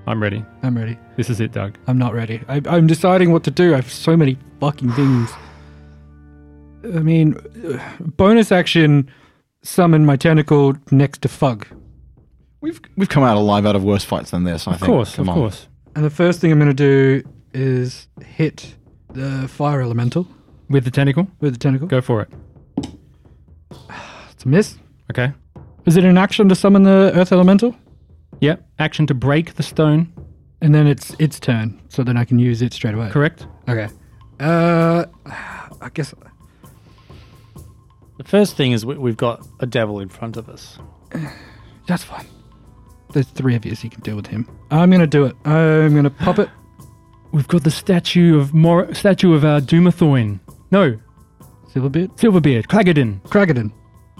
Speaker 1: I'm ready.
Speaker 3: I'm ready.
Speaker 1: This is it, Doug.
Speaker 3: I'm not ready. I, I'm deciding what to do. I have so many fucking things. I mean, uh, bonus action summon my tentacle next to Fug.
Speaker 4: We've we've come out alive out of worse fights than this. I
Speaker 1: Of
Speaker 4: think.
Speaker 1: course,
Speaker 4: Come
Speaker 1: of
Speaker 4: on.
Speaker 1: course.
Speaker 3: And the first thing I'm going to do is hit the fire elemental
Speaker 1: With the tentacle,
Speaker 3: with the tentacle.
Speaker 1: go for it.
Speaker 3: It's a miss.
Speaker 1: Okay.
Speaker 3: Is it an action to summon the earth elemental?
Speaker 1: Yep. Action to break the stone,
Speaker 3: And then it's its turn, so then I can use it straight away.
Speaker 1: correct?
Speaker 3: Okay. Uh, I guess
Speaker 2: The first thing is we, we've got a devil in front of us.
Speaker 3: that's fine. There's three of you, so you can deal with him. I'm gonna do it. I'm gonna pop it.
Speaker 1: We've got the statue of Mor- statue of uh, Dumathoin. No,
Speaker 3: Silver bit.
Speaker 1: Silverbeard, Clagadin.
Speaker 3: Kragadin.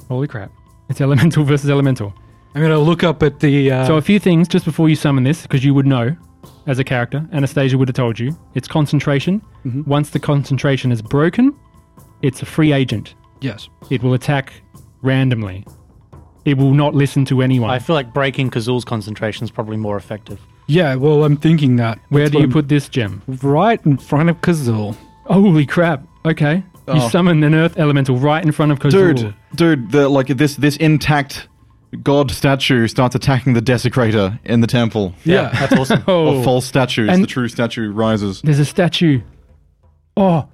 Speaker 1: Holy crap. It's elemental versus elemental.
Speaker 3: I'm gonna look up at the. Uh,
Speaker 1: So a few things just before you summon this, because you would know as a character. Anastasia would have told you. It's concentration.
Speaker 4: Mm-hmm.
Speaker 1: Once the concentration is broken, it's a free agent.
Speaker 3: yes.
Speaker 1: It will attack randomly. It will not listen to anyone.
Speaker 2: I feel like breaking Kazul's concentration is probably more effective.
Speaker 3: Yeah. Well, I'm thinking that.
Speaker 1: Where
Speaker 3: That's
Speaker 1: do
Speaker 3: what
Speaker 1: you put this gem?
Speaker 3: I'm- right in front of Kazul?
Speaker 1: Holy crap. Okay.
Speaker 4: Oh.
Speaker 1: You summon an earth elemental right in front of Kozul.
Speaker 4: dude, dude. The like this this intact god statue starts attacking the desecrator in the temple.
Speaker 3: Yeah.
Speaker 2: that's awesome.
Speaker 1: Oh,
Speaker 4: Or false statues.
Speaker 1: And-
Speaker 4: the true statue rises.
Speaker 1: there's a statue. Oh,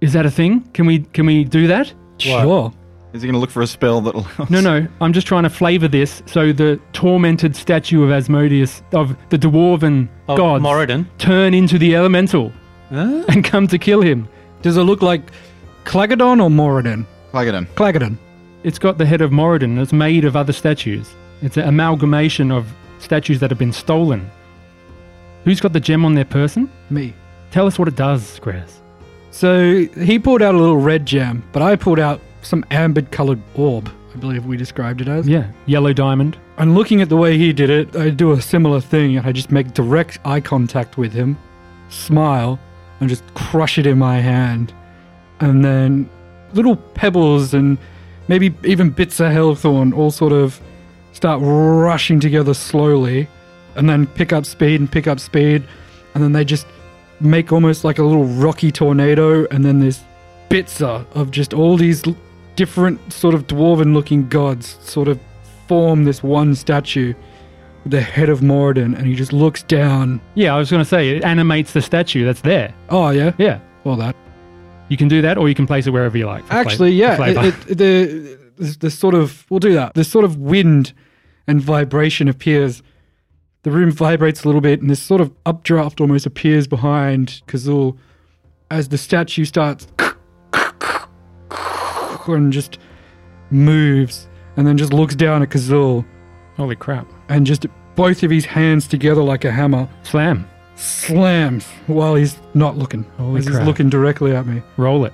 Speaker 1: is that a thing? Can we can we do that?
Speaker 3: Sure.
Speaker 4: Is he going to look for a spell that?
Speaker 1: No, no. I'm just trying to flavor this so the tormented statue of Asmodeus of the dwarven
Speaker 2: Oh,
Speaker 1: gods
Speaker 2: Moradin.
Speaker 1: turn into the elemental
Speaker 2: Huh?
Speaker 1: and come to kill him.
Speaker 3: Does it look like Klagadon or Moradin?
Speaker 4: Plug it in.
Speaker 3: Klagadon.
Speaker 1: It's got the head of Moradin. and It's made of other statues. It's an amalgamation of statues that have been stolen. Who's got the gem on their person?
Speaker 3: Me.
Speaker 1: Tell us what it does, Graz.
Speaker 3: So he pulled out a little red gem, but I pulled out some amber colored orb. I believe we described it as.
Speaker 1: Yeah, yellow diamond.
Speaker 3: And looking at the way he did it, I do a similar thing and I just make direct eye contact with him, smile, and just crush it in my hand. And then little pebbles and maybe even bits of hellthorn all sort of start rushing together slowly and then pick up speed and pick up speed. And then they just make almost like a little rocky tornado. And then there's bits of just all these l- different sort of dwarven looking gods sort of form this one statue with the head of Moradin, and he just looks down.
Speaker 1: Yeah, I was going to say it animates the statue that's there.
Speaker 3: Oh yeah,
Speaker 1: Yeah,
Speaker 3: all that.
Speaker 1: you can do that, or you can place it wherever you like. for fla-
Speaker 3: Actually,
Speaker 1: for
Speaker 3: yeah,
Speaker 1: flavor.
Speaker 3: it, it, the this, this sort of we'll do that. This sort of wind and vibration appears. The room vibrates a little bit, and this sort of updraft almost appears behind Kazul as the statue starts and just moves, and then just looks down at Kazul,
Speaker 1: Holy crap!
Speaker 3: and just both of his hands together like a hammer.
Speaker 1: Slam.
Speaker 3: slams while he's not looking.
Speaker 1: Holy
Speaker 3: as he's
Speaker 1: crap.
Speaker 3: looking directly at me.
Speaker 1: Roll it.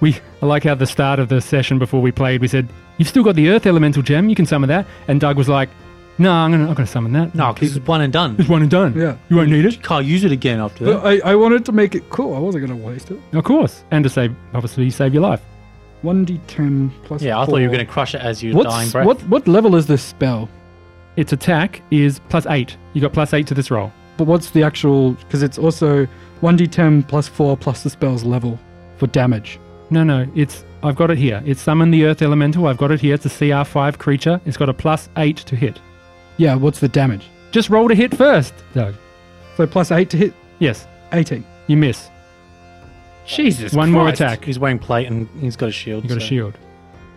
Speaker 1: We I like how the start of the session before we played, we said, "You've still got the Earth Elemental gem. You can summon that." And Doug was like, "No, I'm gonna, I'm gonna summon that.
Speaker 2: No, because it's one and done.
Speaker 1: it's one and done.
Speaker 3: Yeah.
Speaker 1: you won't need it.
Speaker 2: You can't use it again after that.
Speaker 3: But I, I wanted to make it cool. I wasn't going to waste it.
Speaker 1: Of course, and to save, obviously, save your life.
Speaker 3: 1d10 plus
Speaker 2: Yeah, I thought you were
Speaker 3: four.
Speaker 2: going to crush it as your dying
Speaker 3: What's,
Speaker 2: breath.
Speaker 3: what, what level is this spell?
Speaker 1: Its attack is plus eight. You got plus eight to this roll.
Speaker 3: But what's the actual. Because it's also 1d10 plus 4 plus the spell's level for damage.
Speaker 1: No, no, it's I've got it here. It's summon the Earth Elemental. I've got it here. It's a CR5 creature. It's got a plus eight to hit.
Speaker 3: Yeah, what's the damage?
Speaker 1: Just roll to hit first, Doug.
Speaker 3: So plus 8 to hit
Speaker 1: Yes,
Speaker 3: 18.
Speaker 1: you miss.
Speaker 2: Jesus.
Speaker 1: One more attack.
Speaker 2: He's wearing plate and he's got a shield.
Speaker 1: You got a
Speaker 2: so
Speaker 1: shield.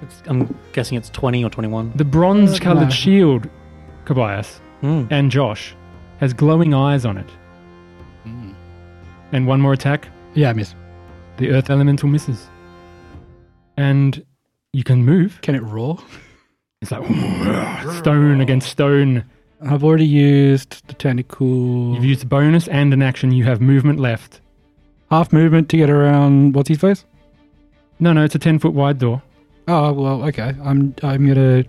Speaker 2: it's- I'm guessing it's 20 or 21.
Speaker 1: The bronze-colored
Speaker 3: no.
Speaker 1: shield, Kobayas
Speaker 2: Mm.
Speaker 1: and Josh, has glowing eyes on it. And one more attack,
Speaker 3: Yeah, I miss.
Speaker 1: the Earth Elemental misses. And you can move.
Speaker 3: Can it roar?
Speaker 1: It's like stone against stone.
Speaker 3: I've already used the tentacle.
Speaker 1: You've used a bonus and an action. You have movement left.
Speaker 3: half movement to get around what's his face?
Speaker 1: No, no, it's a ten-foot wide door.
Speaker 3: Oh well, okay. I'm I'm gonna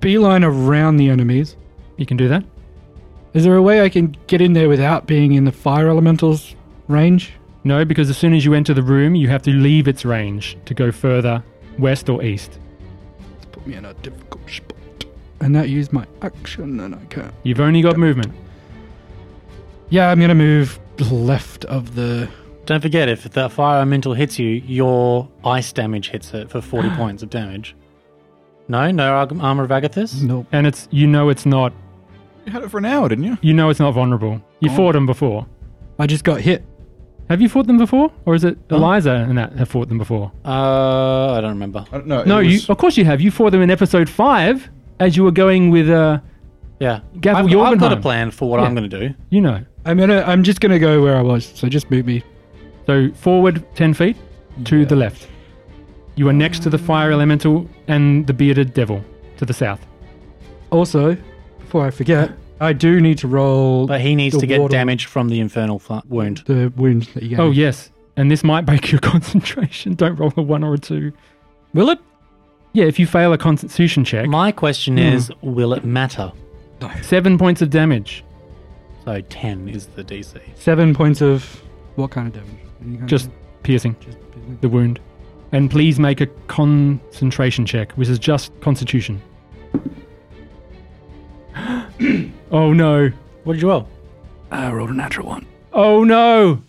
Speaker 3: beeline around the enemies.
Speaker 1: You can do that.
Speaker 3: Is there a way I can get in there without being in the fire elementals range?
Speaker 1: No, because as soon as you enter the room, you have to leave its range to go further west or east.
Speaker 3: It's put me in a difficult spot. And that used my action, and I can't.
Speaker 1: You've only got movement.
Speaker 3: Yeah, I'm gonna move left of the.
Speaker 2: Don't forget, if that fire elemental hits you, your ice damage hits it for 40 points of damage. No, no Ar- armor of Agathis?
Speaker 3: Nope.
Speaker 1: And it's you know it's not
Speaker 4: You had it for an hour, didn't you?
Speaker 1: you know it's not vulnerable. You fought them before.
Speaker 3: I just got hit.
Speaker 1: Have you fought them before, or is it Eliza and that have fought them before?
Speaker 2: Uh, I don't remember.
Speaker 4: I don't know. it
Speaker 1: no,
Speaker 4: was-
Speaker 1: you, Oh, of course you have. You fought them in episode five as you were going with uh,
Speaker 2: Yeah.
Speaker 1: Gavel
Speaker 2: I've, I've got a
Speaker 1: Jorgenheim.
Speaker 2: plan for what
Speaker 1: Yeah.
Speaker 2: I'm going to do.
Speaker 1: you know.
Speaker 3: I'm gonna. I'm just gonna go where I was. So just move me.
Speaker 1: So forward ten feet to the left. You are next to the fire elemental and the bearded devil to the south.
Speaker 2: Mm-hmm.
Speaker 3: Also, before I forget, I do need to roll
Speaker 2: But he needs
Speaker 3: The
Speaker 2: to get
Speaker 3: water-
Speaker 2: damage from the infernal fu- wound.
Speaker 3: the wounds that you gave.
Speaker 1: Oh
Speaker 3: me.
Speaker 1: yes, and this might break your concentration. Don't roll a one or a two.
Speaker 3: will it?
Speaker 1: Yeah, if you fail a constitution check,
Speaker 2: My question is, will it matter?
Speaker 1: seven points of damage.
Speaker 2: So 10 is the DC.
Speaker 3: Seven points of what kind of damage? Any kind
Speaker 1: Just
Speaker 3: of
Speaker 2: Mm-hmm.
Speaker 1: piercing
Speaker 3: damage?
Speaker 1: the wound. And please make a concentration check, which is just constitution. oh no.
Speaker 2: What did you roll?
Speaker 3: I rolled a natural one.
Speaker 1: Oh no.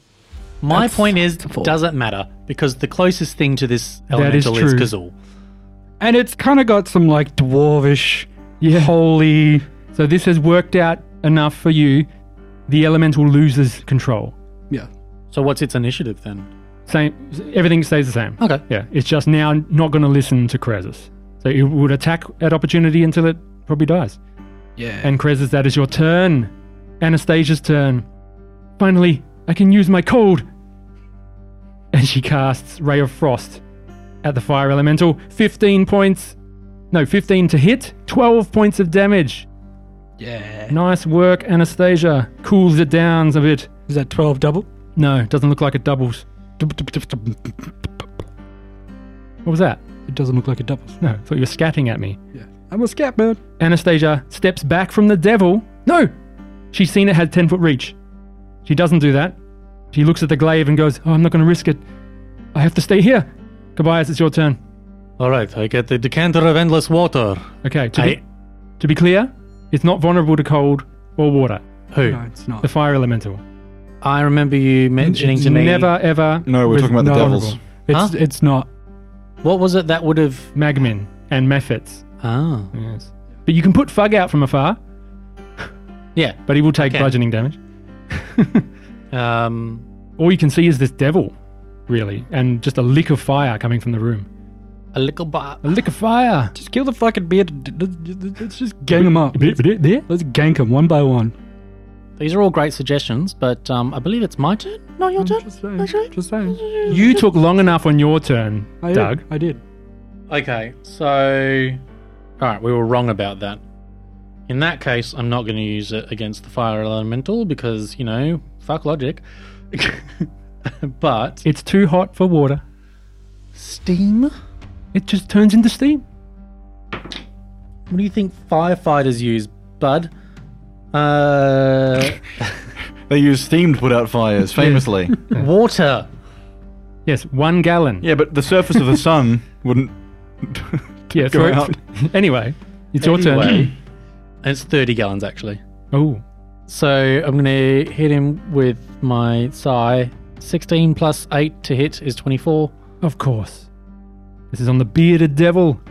Speaker 2: My point is,
Speaker 3: four.
Speaker 2: doesn't matter because the closest thing to this
Speaker 1: That is
Speaker 2: elemental is,
Speaker 1: true.
Speaker 2: Kazul.
Speaker 3: And it's kind of got some like dwarvish,
Speaker 1: Yeah.
Speaker 3: holy.
Speaker 1: So this has worked out enough for you. The elemental loses control.
Speaker 3: Yeah.
Speaker 2: So what's its initiative then?
Speaker 1: Same everything stays the same.
Speaker 2: Okay.
Speaker 1: Yeah. It's just now not gonna listen to Krezus. So it would attack at opportunity until it probably dies.
Speaker 3: Yeah.
Speaker 1: And Krezis, that is your turn. Anastasia's turn. Finally, I can use my cold. And she casts Ray of Frost at the Fire Elemental. 15 points. No, 15 to hit, 12 points of damage.
Speaker 3: Yeah.
Speaker 1: Nice work, Anastasia. Cools it down a bit.
Speaker 3: Is that 12 double?
Speaker 1: No, doesn't look like it doubles. What was that?
Speaker 3: It doesn't look like it doubles.
Speaker 1: No, I thought you were scatting at me.
Speaker 3: Yeah. I'm a scat bird.
Speaker 1: Anastasia steps back from the devil. No! She's seen it had 10 foot reach. She doesn't do that. She looks at the glaive and goes, Oh, I'm not going to risk it. I have to stay here. Tobias, it's your turn.
Speaker 2: All right, I get the decanter of endless water.
Speaker 1: Okay, to,
Speaker 2: I,
Speaker 1: be, to be clear, it's not vulnerable to cold or water,
Speaker 2: who?
Speaker 3: No, it's not.
Speaker 1: the fire elemental.
Speaker 2: I remember you mentioning to me.
Speaker 1: Never, ever.
Speaker 4: No, we're
Speaker 1: with-
Speaker 4: talking about the
Speaker 3: no.
Speaker 4: devils.
Speaker 3: It's,
Speaker 2: Huh?
Speaker 3: it's not.
Speaker 2: What was it that would have?
Speaker 1: Magmin and Mephits.
Speaker 2: Ah,
Speaker 1: Yes. But you can put Fug out from afar,
Speaker 2: yeah.
Speaker 1: but he will take
Speaker 2: Okay.
Speaker 1: bludgeoning damage.
Speaker 2: Um,
Speaker 1: All you can see is this devil, really, and just a lick of fire coming from the room.
Speaker 2: a little bar.
Speaker 1: A lick of fire!
Speaker 3: Just kill the fucking beard. Let's- Let's just gang them up.
Speaker 1: There?
Speaker 3: Let's gank them one by one.
Speaker 2: These are all great suggestions, but um, I believe it's my turn. No, your turn.
Speaker 3: Just saying. Just saying.
Speaker 1: You took long enough on your turn,
Speaker 3: I did.
Speaker 1: Doug.
Speaker 3: I did.
Speaker 2: Okay, so. All right, we were wrong about that. In that case, I'm not going to use it against the fire elemental because, you know, fuck logic. but
Speaker 1: It's too hot for water.
Speaker 7: Steam?
Speaker 1: It just turns into steam.
Speaker 7: What do you think firefighters use, bud? Uh,
Speaker 4: They use steam to put out fires, famously.
Speaker 7: water.
Speaker 1: Yes, one gallon.
Speaker 4: yeah, but the surface of the sun wouldn't.
Speaker 1: yeah
Speaker 4: go
Speaker 1: for-
Speaker 4: out.
Speaker 1: anyway, it's your
Speaker 7: Anyway.
Speaker 1: turn.
Speaker 7: And it's 30 gallons, actually.
Speaker 1: Oh,
Speaker 7: So I'm going to hit him with my Psy. 16 plus 8 to hit is 24.
Speaker 1: of course. This is on the bearded devil.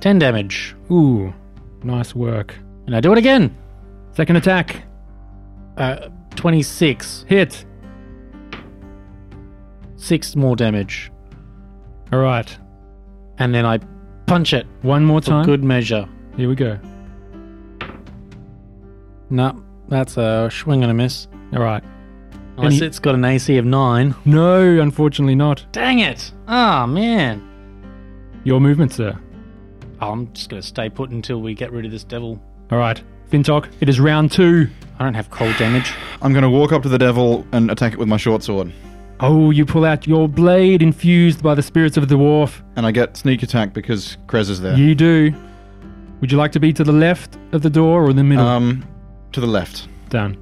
Speaker 7: 10 damage.
Speaker 1: Ooh, nice work.
Speaker 7: And I do it again.
Speaker 1: Second attack.
Speaker 7: Uh, 26.
Speaker 1: Hit.
Speaker 7: 6 more damage.
Speaker 1: All right.
Speaker 7: And then I punch it
Speaker 1: One more
Speaker 7: for
Speaker 1: time.
Speaker 7: good measure.
Speaker 1: Here we go.
Speaker 7: No, that's a swing and a miss.
Speaker 1: All right.
Speaker 7: Unless
Speaker 1: he-
Speaker 7: it's got an AC of 9.
Speaker 1: No, unfortunately not.
Speaker 7: Dang it! Ah, man.
Speaker 1: Your movement, sir.
Speaker 7: I'm just going to stay put until we get rid of this devil.
Speaker 1: All right. Fintok, it is round two.
Speaker 7: I don't have cold damage.
Speaker 4: I'm going to walk up to the devil and attack it with my short sword.
Speaker 1: Oh, you pull out your blade infused by the spirits of the dwarf.
Speaker 4: And I get sneak attack because Krez is there.
Speaker 1: You do. Would you like to be to the left of the door or in the middle?
Speaker 7: Uh,
Speaker 4: Um, to the left.
Speaker 1: Done.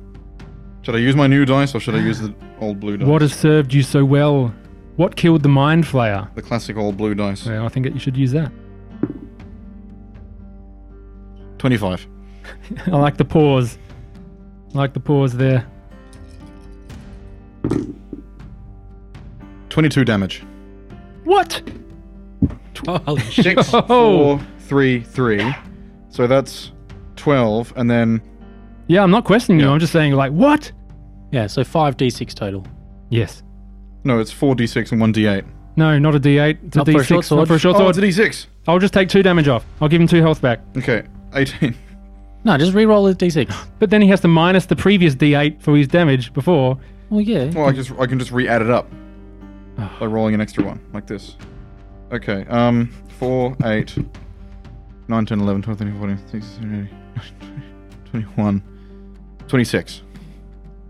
Speaker 4: Should I use my new dice or should I use the old blue dice?
Speaker 1: What has served you so well? What killed the mind flayer?
Speaker 4: the classic old blue dice?
Speaker 1: Well, I think that you should use that.
Speaker 4: 25.
Speaker 1: I like the pause. I like the pause there.
Speaker 4: 22 damage.
Speaker 1: What?
Speaker 3: Holy shit.
Speaker 4: Six,
Speaker 1: Oh.
Speaker 4: four, three, three. So that's 12, and then
Speaker 1: Yeah, I'm not questioning you.
Speaker 4: Yeah.
Speaker 1: I'm just saying, like, what?
Speaker 7: Yeah, so 5d6 total.
Speaker 1: Yes.
Speaker 4: no, it's 4d6 and 1d8.
Speaker 1: No, not a D8. It's a
Speaker 7: Not for a
Speaker 1: D6,
Speaker 7: short sword.
Speaker 1: Not for a short
Speaker 4: Oh,
Speaker 1: sword.
Speaker 4: it's a d6.
Speaker 1: I'll just take two damage off. I'll give him two health back.
Speaker 4: Okay, 18.
Speaker 7: No, just re-roll the d6.
Speaker 1: But then he has to minus the previous D8 for his damage before.
Speaker 7: Well, yeah.
Speaker 4: Well, I just I can just re-add it up by rolling an extra one like this. Okay. Um, four, eight, nine, ten, eleven, twelve, thirteen, fourteen, sixteen, seventeen, eighteen, nineteen, twenty, twenty-one, twenty-six.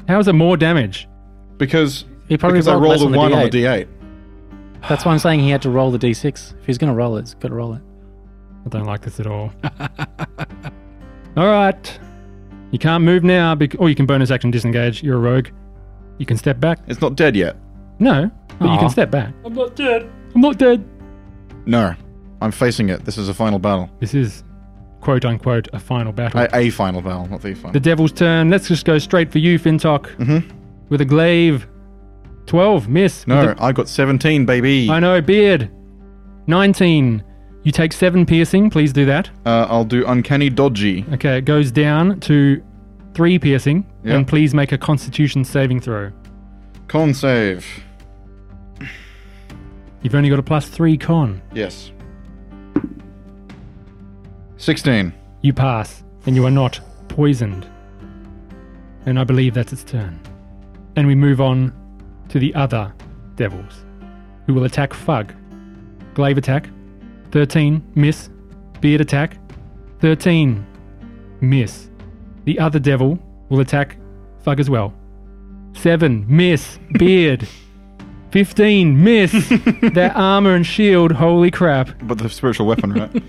Speaker 1: How is it more damage?
Speaker 4: Because
Speaker 7: He probably
Speaker 4: because I
Speaker 7: rolled
Speaker 4: rolled
Speaker 7: less
Speaker 4: a
Speaker 7: on the
Speaker 4: one
Speaker 7: d8.
Speaker 4: on the d8.
Speaker 7: That's why I'm saying he had to roll the d6. If he's going to roll it, he's got to roll it.
Speaker 1: I don't like this at all. all right. You can't move now, bec- or you can bonus action disengage. You're a rogue. You can step back.
Speaker 4: It's not dead yet.
Speaker 1: No, but you
Speaker 7: Aw.
Speaker 1: can step back. I'm not dead. I'm not dead.
Speaker 4: No, I'm facing it. This is a final battle.
Speaker 1: This is quote unquote a final battle.
Speaker 4: A, a final battle, not the E final.
Speaker 1: The devil's turn. Let's just go straight for you, Fintok.
Speaker 4: Mhm.
Speaker 1: With a glaive. 12, miss. With
Speaker 4: no,
Speaker 1: a-
Speaker 4: I got 17, baby.
Speaker 1: I
Speaker 4: Uh,
Speaker 1: know, beard. 19. You take 7 piercing. Please do that.
Speaker 4: Uh, I'll do uncanny dodgy.
Speaker 1: Okay, it goes down to 3 piercing.
Speaker 4: Yeah.
Speaker 1: And please make a constitution saving throw.
Speaker 4: Con save.
Speaker 1: You've only got a plus 3 con.
Speaker 4: Yes. 16.
Speaker 1: You pass, and you are not poisoned. And I believe that's its turn. And we move on to the other devils, who will attack Fug. Glaive attack, 13, miss. Beard attack, 13, miss. The other devil will attack Fug as well. 7, miss. Beard. 15, miss. Their armor and shield, holy crap.
Speaker 4: But the spiritual weapon, right?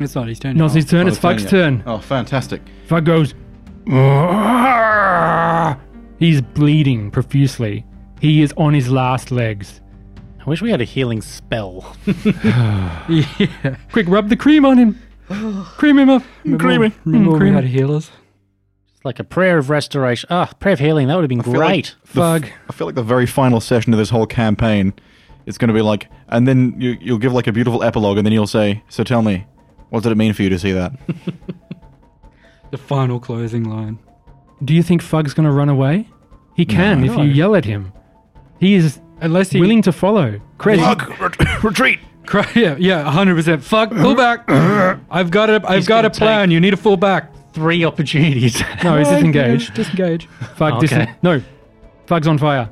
Speaker 3: It's not his turn.
Speaker 1: Not his turn,
Speaker 4: Oh,
Speaker 1: it's Fug's
Speaker 4: yet.
Speaker 1: turn.
Speaker 4: Oh, fantastic.
Speaker 1: Fug goes.
Speaker 5: Ah!
Speaker 1: "Argh." He's bleeding profusely. He is on his last legs.
Speaker 7: I wish we had a healing spell.
Speaker 3: Yeah.
Speaker 1: Quick, rub the cream on him. Cream him up. Mm,
Speaker 3: Creamy. Remember when we
Speaker 1: creamy.
Speaker 3: had healers?
Speaker 7: It's like a prayer of restoration. Ah, prayer of healing. That would have been
Speaker 4: feel like
Speaker 7: great.
Speaker 4: the f-
Speaker 1: Fug.
Speaker 4: I feel like the very final session of this whole campaign, it's going to be like, and then you, you'll give like a beautiful epilogue, and then you'll say, "So tell me, what did it mean for you to see that?"
Speaker 3: The final closing line.
Speaker 1: Do you think Fug's going to run away? He can if you yell at him. He is
Speaker 3: Unless he
Speaker 1: willing to follow. Craig,
Speaker 8: Retreat!
Speaker 3: Cry, yeah, yeah, hundred percent. Fuck, pull back. I've got a, I've got a
Speaker 7: gonna
Speaker 3: plan. You need to pull back.
Speaker 7: Three opportunities.
Speaker 1: no, he's disengaged.
Speaker 3: Disengage.
Speaker 1: Fug,
Speaker 7: Okay.
Speaker 1: disen- no. Fug's on fire.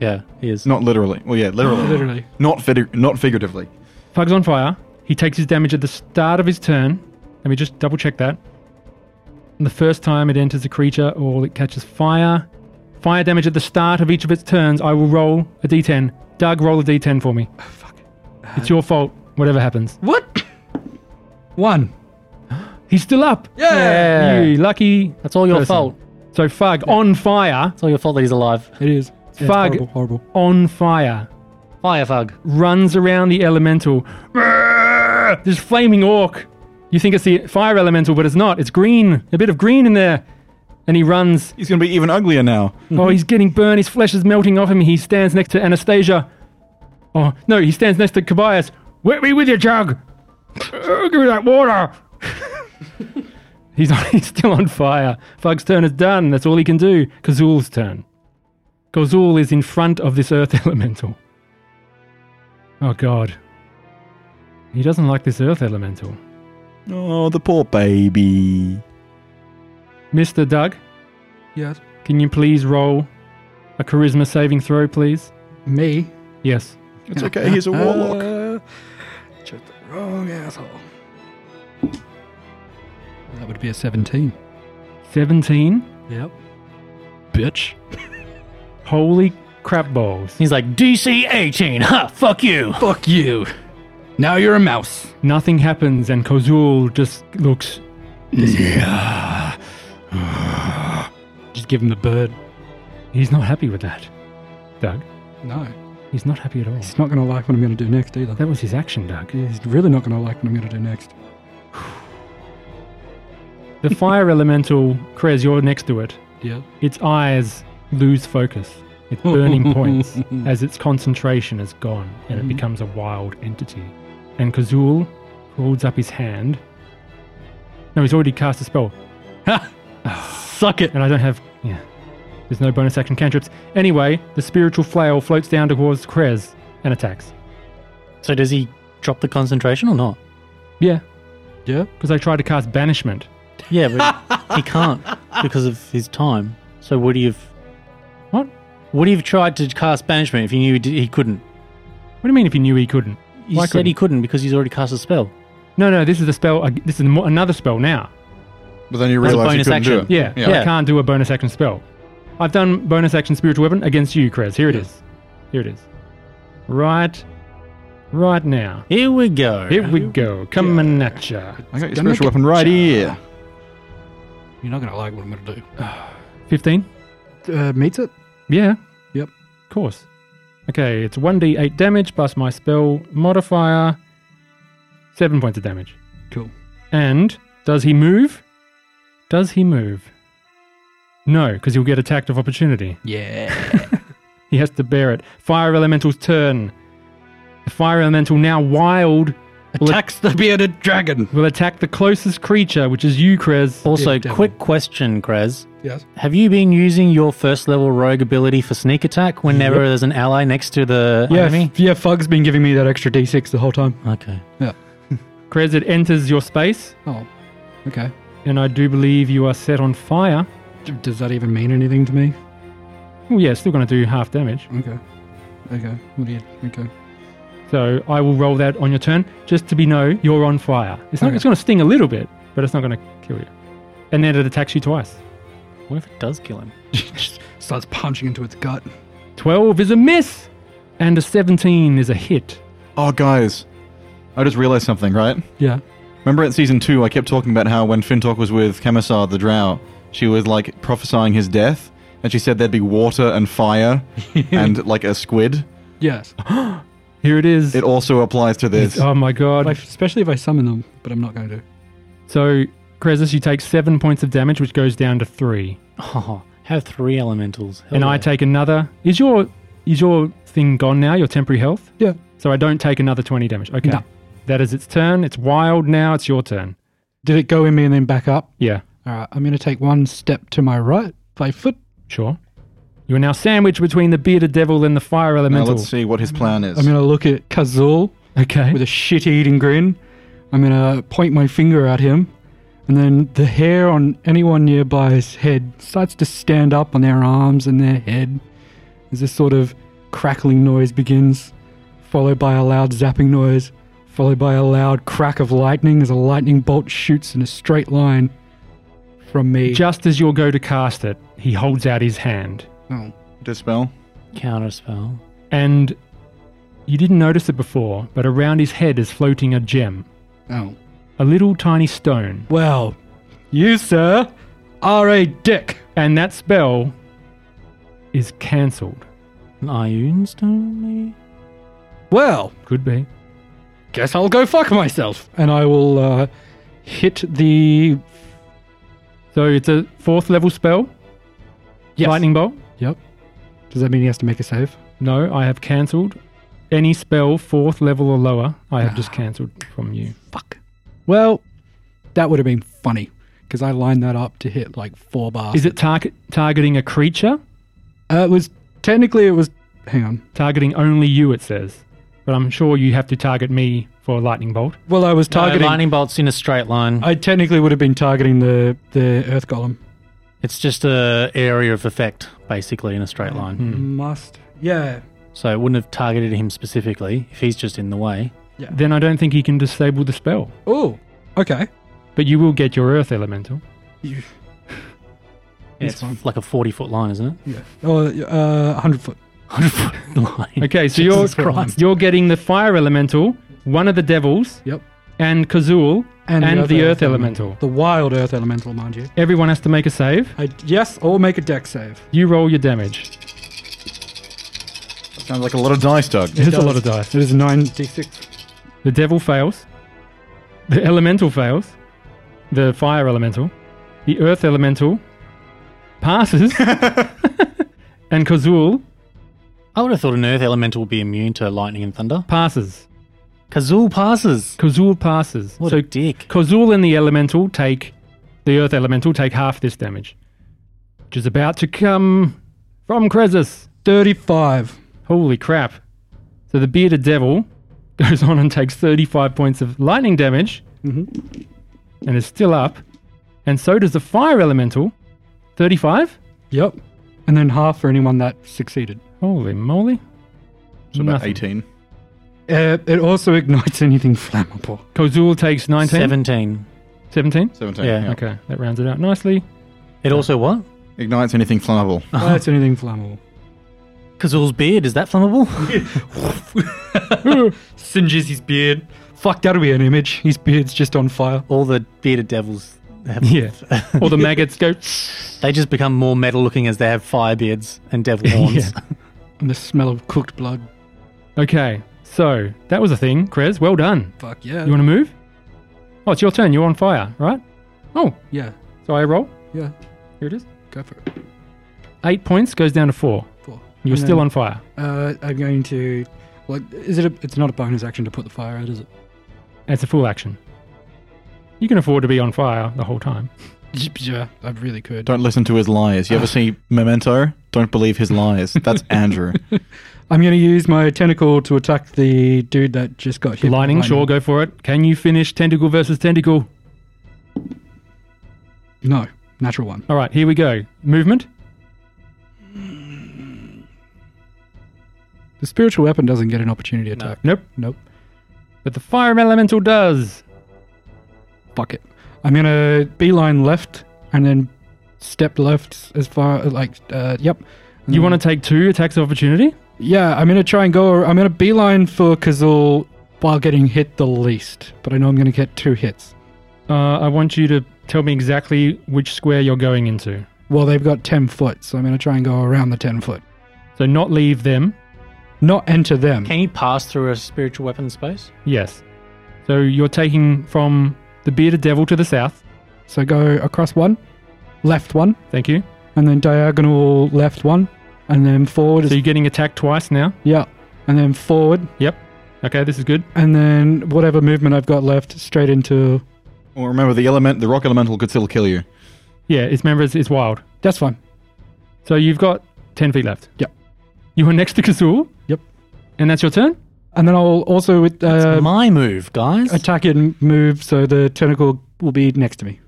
Speaker 7: yeah, he is.
Speaker 4: Not literally. Well, yeah, literally.
Speaker 3: Literally.
Speaker 4: Not fig- not figuratively.
Speaker 1: Fug's on fire. He takes his damage at the start of his turn. Let me just double check that. And the first time it enters a creature or it catches fire, fire damage at the start of each of its turns, I will roll a d10 Doug, roll a d10 for me. It's your fault, whatever happens.
Speaker 3: What? One.
Speaker 1: He's still up.
Speaker 2: Yeah.
Speaker 1: You lucky.
Speaker 2: That's all your
Speaker 1: Person.
Speaker 2: fault.
Speaker 1: So Fug on fire.
Speaker 2: It's all your fault that he's alive.
Speaker 3: It is. Yeah, it's
Speaker 1: Fug.
Speaker 3: horrible, horrible.
Speaker 1: On fire.
Speaker 2: Fire fug.
Speaker 1: runs around the elemental. This flaming orc. You think it's the fire elemental, but it's not. It's green. A bit of green in there. And he runs.
Speaker 4: He's going to be even uglier now.
Speaker 1: Oh, he's getting burned. His flesh is melting off him. He stands next to Anastasia. Oh, no, he stands next to Kobayas. Whip me with your jug. Uh, give me that water. he's, on, he's still on fire. Fug's turn is done. That's all he can do. Kazul's turn. Kazul is in front of this earth elemental. Oh, God. He doesn't like this earth elemental. Hmm.
Speaker 4: Oh, the poor baby.
Speaker 1: Mr. Doug,
Speaker 3: Yes.
Speaker 1: can you please roll a charisma saving throw, please?
Speaker 3: Me.
Speaker 1: Yes.
Speaker 4: It's okay. He's a warlock.
Speaker 3: Uh, Just the wrong asshole. That would be a 17.
Speaker 1: 17.
Speaker 3: Yep. Bitch.
Speaker 1: Holy crap balls.
Speaker 2: He's like DC 18. Ha! Fuck you.
Speaker 3: Fuck you. Now you're a mouse.
Speaker 1: Nothing happens, and Kozul just looks.
Speaker 3: Just give him the bird.
Speaker 1: He's not happy with that. Doug.
Speaker 3: No.
Speaker 1: He's not happy at all.
Speaker 3: He's not going to like what I'm going to do next either.
Speaker 1: That was his action, Doug.
Speaker 3: He's really not going to like what I'm going to do next.
Speaker 1: The fire elemental, Krez, you're next to it.
Speaker 3: Yeah.
Speaker 1: Its eyes lose focus. Its burning points as its concentration is gone and
Speaker 2: Mm-hmm.
Speaker 1: it becomes a wild entity. And Kazul holds up his hand. No, he's already cast a spell.
Speaker 2: Suck it.
Speaker 1: and I don't have. Yeah. There's no bonus action cantrips. Anyway, the spiritual flail floats down towards Krez and attacks.
Speaker 2: So does he drop the concentration or not?
Speaker 1: Yeah,
Speaker 3: Yeah.
Speaker 1: because I tried to cast banishment.
Speaker 2: Yeah, but he can't because of his time. So would he have?
Speaker 1: What?
Speaker 2: Would he have tried to cast banishment if he knew he, did, he couldn't?
Speaker 1: What do you mean if you knew he couldn't?
Speaker 2: You
Speaker 1: Why
Speaker 2: said he couldn't because he's already cast a spell.
Speaker 1: No, no, this is a spell. This is mo- another spell now.
Speaker 4: But then you
Speaker 2: That's a
Speaker 4: realize you
Speaker 2: bonus
Speaker 4: couldn't do
Speaker 2: action.
Speaker 4: it.
Speaker 1: Yeah,
Speaker 4: Yeah.
Speaker 1: I can't do a bonus action spell. I've done bonus action spiritual weapon against you, Krez. Here it is. Here it is. Right, right now.
Speaker 2: Here we go.
Speaker 1: Here we go. Coming at ya.
Speaker 4: I got your
Speaker 3: Gonna
Speaker 4: special
Speaker 3: get
Speaker 4: weapon right here.
Speaker 3: You're not going to like what I'm going to do.
Speaker 1: 15?
Speaker 3: Uh, meets it?
Speaker 1: Yeah.
Speaker 3: Yep.
Speaker 1: Of course. Okay, it's 1d8 damage plus my spell modifier. 7 points of damage.
Speaker 3: Cool.
Speaker 1: And does he move? Does he move? No, because he'll get attacked of opportunity.
Speaker 3: Yeah.
Speaker 1: He has to bear it. Fire Elemental's turn. The Fire Elemental, now wild,
Speaker 3: Attacks the bearded dragon.
Speaker 1: will attack the closest creature, which is you, Krez.
Speaker 2: Also,
Speaker 3: devil.
Speaker 2: quick question, Krez.
Speaker 3: Yes.
Speaker 2: Have you been using your first level rogue ability for sneak attack whenever there's an ally next to the
Speaker 3: Yeah,
Speaker 2: enemy?
Speaker 3: f- yeah, Fug's been giving me that extra d6 the whole time.
Speaker 2: Okay.
Speaker 1: Krez, it enters your space,
Speaker 3: Oh, okay.
Speaker 1: and I do believe you are set on fire.
Speaker 3: D- does that even mean anything to me?
Speaker 1: Well, yeah, still going to do half damage.
Speaker 3: Okay. Okay. What do you? Okay.
Speaker 1: So I will roll that on your turn, just to be know you're on fire. It's not.
Speaker 3: Okay.
Speaker 1: It's going to sting a little bit, but it's not going to kill you. And then it attacks you twice.
Speaker 2: What if it does kill him?
Speaker 3: Just starts punching into its gut.
Speaker 1: Twelve is a miss, and a seventeen is a hit.
Speaker 4: Oh, guys. I just realized something, right?
Speaker 3: Yeah.
Speaker 4: Remember at season two, I kept talking about how when Fintok was with Camisar the Drow, she was like prophesying his death, and she said there'd be water and fire and like a squid.
Speaker 3: Yes.
Speaker 1: Here it is.
Speaker 4: It also applies to this.
Speaker 1: oh my
Speaker 3: But
Speaker 1: god!
Speaker 3: if- especially if I summon them, but I'm not going to.
Speaker 1: So Krezus, you take seven points of damage, which goes down to three,
Speaker 2: Oh, have three elementals. Hell
Speaker 1: and
Speaker 2: yeah.
Speaker 1: I take another. Is your is your thing gone now? Your temporary health.
Speaker 3: Yeah.
Speaker 1: So I don't take another twenty damage. Okay.
Speaker 3: No.
Speaker 1: That is its turn. It's wild now. It's your turn.
Speaker 3: Did it go in me and then back up?
Speaker 1: Yeah.
Speaker 3: All right. I'm going to take one step to my right, five foot.
Speaker 1: Sure. You are now sandwiched between the bearded devil and the fire
Speaker 4: now
Speaker 1: elemental.
Speaker 4: let's see what his plan is.
Speaker 3: I'm going to look at Kazul
Speaker 1: Okay.
Speaker 3: with a shit-eating grin. I'm going to point my finger at him, and then the hair on anyone nearby's head starts to stand up on their arms and their head as this sort of crackling noise begins, followed by a loud zapping noise, followed by a loud crack of lightning as a lightning bolt shoots in a straight line from me.
Speaker 1: Just as you'll go to cast it, he holds out his hand.
Speaker 3: Oh.
Speaker 4: Dispel.
Speaker 2: counter spell.
Speaker 1: And You didn't notice it before, but around his head is floating a gem,
Speaker 3: Oh.
Speaker 1: a little tiny stone.
Speaker 3: Well, you, sir, are a dick.
Speaker 1: And that spell is cancelled.
Speaker 2: An Ioun stone, maybe?
Speaker 3: Well,
Speaker 1: Could be.
Speaker 3: guess I'll go fuck myself. And I will uh, hit the.
Speaker 1: So it's a fourth level spell,
Speaker 3: Yes.
Speaker 1: lightning bolt.
Speaker 3: Yep. Does that mean he has to make a save?
Speaker 1: No, I have cancelled. Any spell fourth level or lower, I have just cancelled from you.
Speaker 3: Fuck. Well, that would have been funny because I lined that up to hit like four bars.
Speaker 1: Is it target targeting a creature?
Speaker 3: Uh, it was technically it was. Hang on.
Speaker 1: Targeting only you, it says. But I'm sure you have to target me for a lightning bolt.
Speaker 3: Well, I was targeting.
Speaker 2: No, Uh, lightning bolts in a straight line.
Speaker 3: I technically would have been targeting the the earth golem.
Speaker 2: it's just a area of effect, basically, in a straight line.
Speaker 1: Hmm.
Speaker 3: Must. Yeah.
Speaker 2: So it wouldn't have targeted him specifically if he's just in the way.
Speaker 1: Then I don't think he can disable the spell.
Speaker 3: Oh. Okay.
Speaker 1: But you will get your earth elemental.
Speaker 2: Yeah, it's like a 40 foot line, isn't it?
Speaker 3: Yeah. Oh, uh, hundred foot.
Speaker 2: 100 foot line.
Speaker 1: Okay, so
Speaker 2: Jesus
Speaker 1: you're
Speaker 2: Christ.
Speaker 1: you're getting the fire elemental, one of the devils,
Speaker 3: Yep.
Speaker 1: and Kazul, and, the, earth, elemental.
Speaker 3: The wild earth elemental, mind you.
Speaker 1: Everyone has to make a save.
Speaker 3: I, yes, or make a deck save.
Speaker 1: You roll your damage.
Speaker 4: Sounds like a lot of dice, Doug.
Speaker 1: There's a
Speaker 3: does.
Speaker 1: lot of dice.
Speaker 3: It is nine d six.
Speaker 1: The devil fails. The elemental fails. The fire elemental. The earth elemental passes. and Kazul
Speaker 2: I would have thought an earth elemental would be immune to lightning and thunder.
Speaker 1: passes.
Speaker 2: Kazul passes.
Speaker 1: Kazul passes.
Speaker 2: What
Speaker 1: so
Speaker 2: a dick.
Speaker 1: Kazul and the elemental take, the earth elemental take half this damage, which is about to come from Krezus.
Speaker 3: Thirty-five.
Speaker 1: Holy crap. So the bearded devil goes on and takes 35 points of lightning damage and is still up. And so does the fire elemental. 35?
Speaker 3: Yep. And then half for anyone that succeeded.
Speaker 1: Holy moly.
Speaker 4: It's about
Speaker 1: Nothing.
Speaker 4: 18.
Speaker 3: Uh, it also ignites anything flammable.
Speaker 1: Kozul takes 19?
Speaker 2: 17.
Speaker 1: 17?
Speaker 4: 17.
Speaker 2: Yeah,
Speaker 4: Yeah,
Speaker 1: Okay, that rounds it out nicely.
Speaker 2: It also what?
Speaker 4: Ignites anything flammable.
Speaker 3: That's anything flammable.
Speaker 2: Kazul's beard, is that flammable?
Speaker 3: Singes his beard. Fuck, that'll be an image. His beard's just on fire.
Speaker 2: All the bearded devils have.
Speaker 1: Yeah. Or the maggots go.
Speaker 2: They just become more metal looking as they have fire beards and devil horns.
Speaker 3: And the smell of cooked blood.
Speaker 1: Okay, so that was a thing, Krez. Well done.
Speaker 3: Fuck yeah.
Speaker 1: You want to move? Oh, it's your turn. You're on fire, right? Oh,
Speaker 3: yeah,
Speaker 1: so I roll.
Speaker 3: yeah.
Speaker 1: Here it is.
Speaker 3: Go for it.
Speaker 1: Eight points goes down to four.
Speaker 3: Four.
Speaker 1: You're
Speaker 3: And
Speaker 1: still
Speaker 3: then-
Speaker 1: on fire.
Speaker 3: Uh, I'm going to. Like, is it? A, it's not a bonus action to put the fire out, is it?
Speaker 1: It's a full action. You can afford to be on fire the whole time.
Speaker 3: Yeah, I really could.
Speaker 4: Don't listen to his lies. You ever see Memento? Don't believe his lies. That's Andrew.
Speaker 3: I'm going to use my tentacle to attack the dude that just got hit. by
Speaker 1: Lightning, sure, go for it. Can you finish tentacle versus tentacle?
Speaker 3: No, natural one.
Speaker 1: All right, here we go. Movement?
Speaker 3: The spiritual weapon doesn't get an opportunity attack.
Speaker 1: Nope.
Speaker 3: Nope.
Speaker 1: But the fire elemental does.
Speaker 3: Fuck it. I'm going to beeline left and then step left as far like uh, yep. And
Speaker 1: You
Speaker 3: then-
Speaker 1: want to take two attacks of opportunity?
Speaker 3: Yeah, I'm gonna try and go. I'm gonna beeline for Kazul while getting hit the least, but I know I'm gonna get two hits.
Speaker 1: Uh, I want you to tell me exactly which square you're going into.
Speaker 3: Well, they've got ten foot, so I'm gonna try and go around the ten foot,
Speaker 1: So not leave them.
Speaker 3: not enter them.
Speaker 2: Can you pass through a spiritual weapon space?
Speaker 1: Yes. So you're taking from the bearded devil to the south.
Speaker 3: So go across one, left one,
Speaker 1: Thank you.
Speaker 3: and then diagonal left one, and then forward.
Speaker 1: So
Speaker 3: is
Speaker 1: you're getting attacked twice now.
Speaker 3: yeah, and then forward,
Speaker 1: Yep. Okay, this is good.
Speaker 3: and then whatever movement I've got left, straight into.
Speaker 4: well, remember, the element, the rock elemental could still kill you.
Speaker 1: Yeah, it's remember it's, it's wild.
Speaker 3: That's fine.
Speaker 1: So you've got ten feet left.
Speaker 3: Yep.
Speaker 1: You are next to Kazul.
Speaker 3: Yep.
Speaker 1: And that's your turn.
Speaker 3: And then I'll also with
Speaker 2: It's
Speaker 3: uh,
Speaker 2: my move, guys.
Speaker 3: attack and move, so the tentacle will be next to me.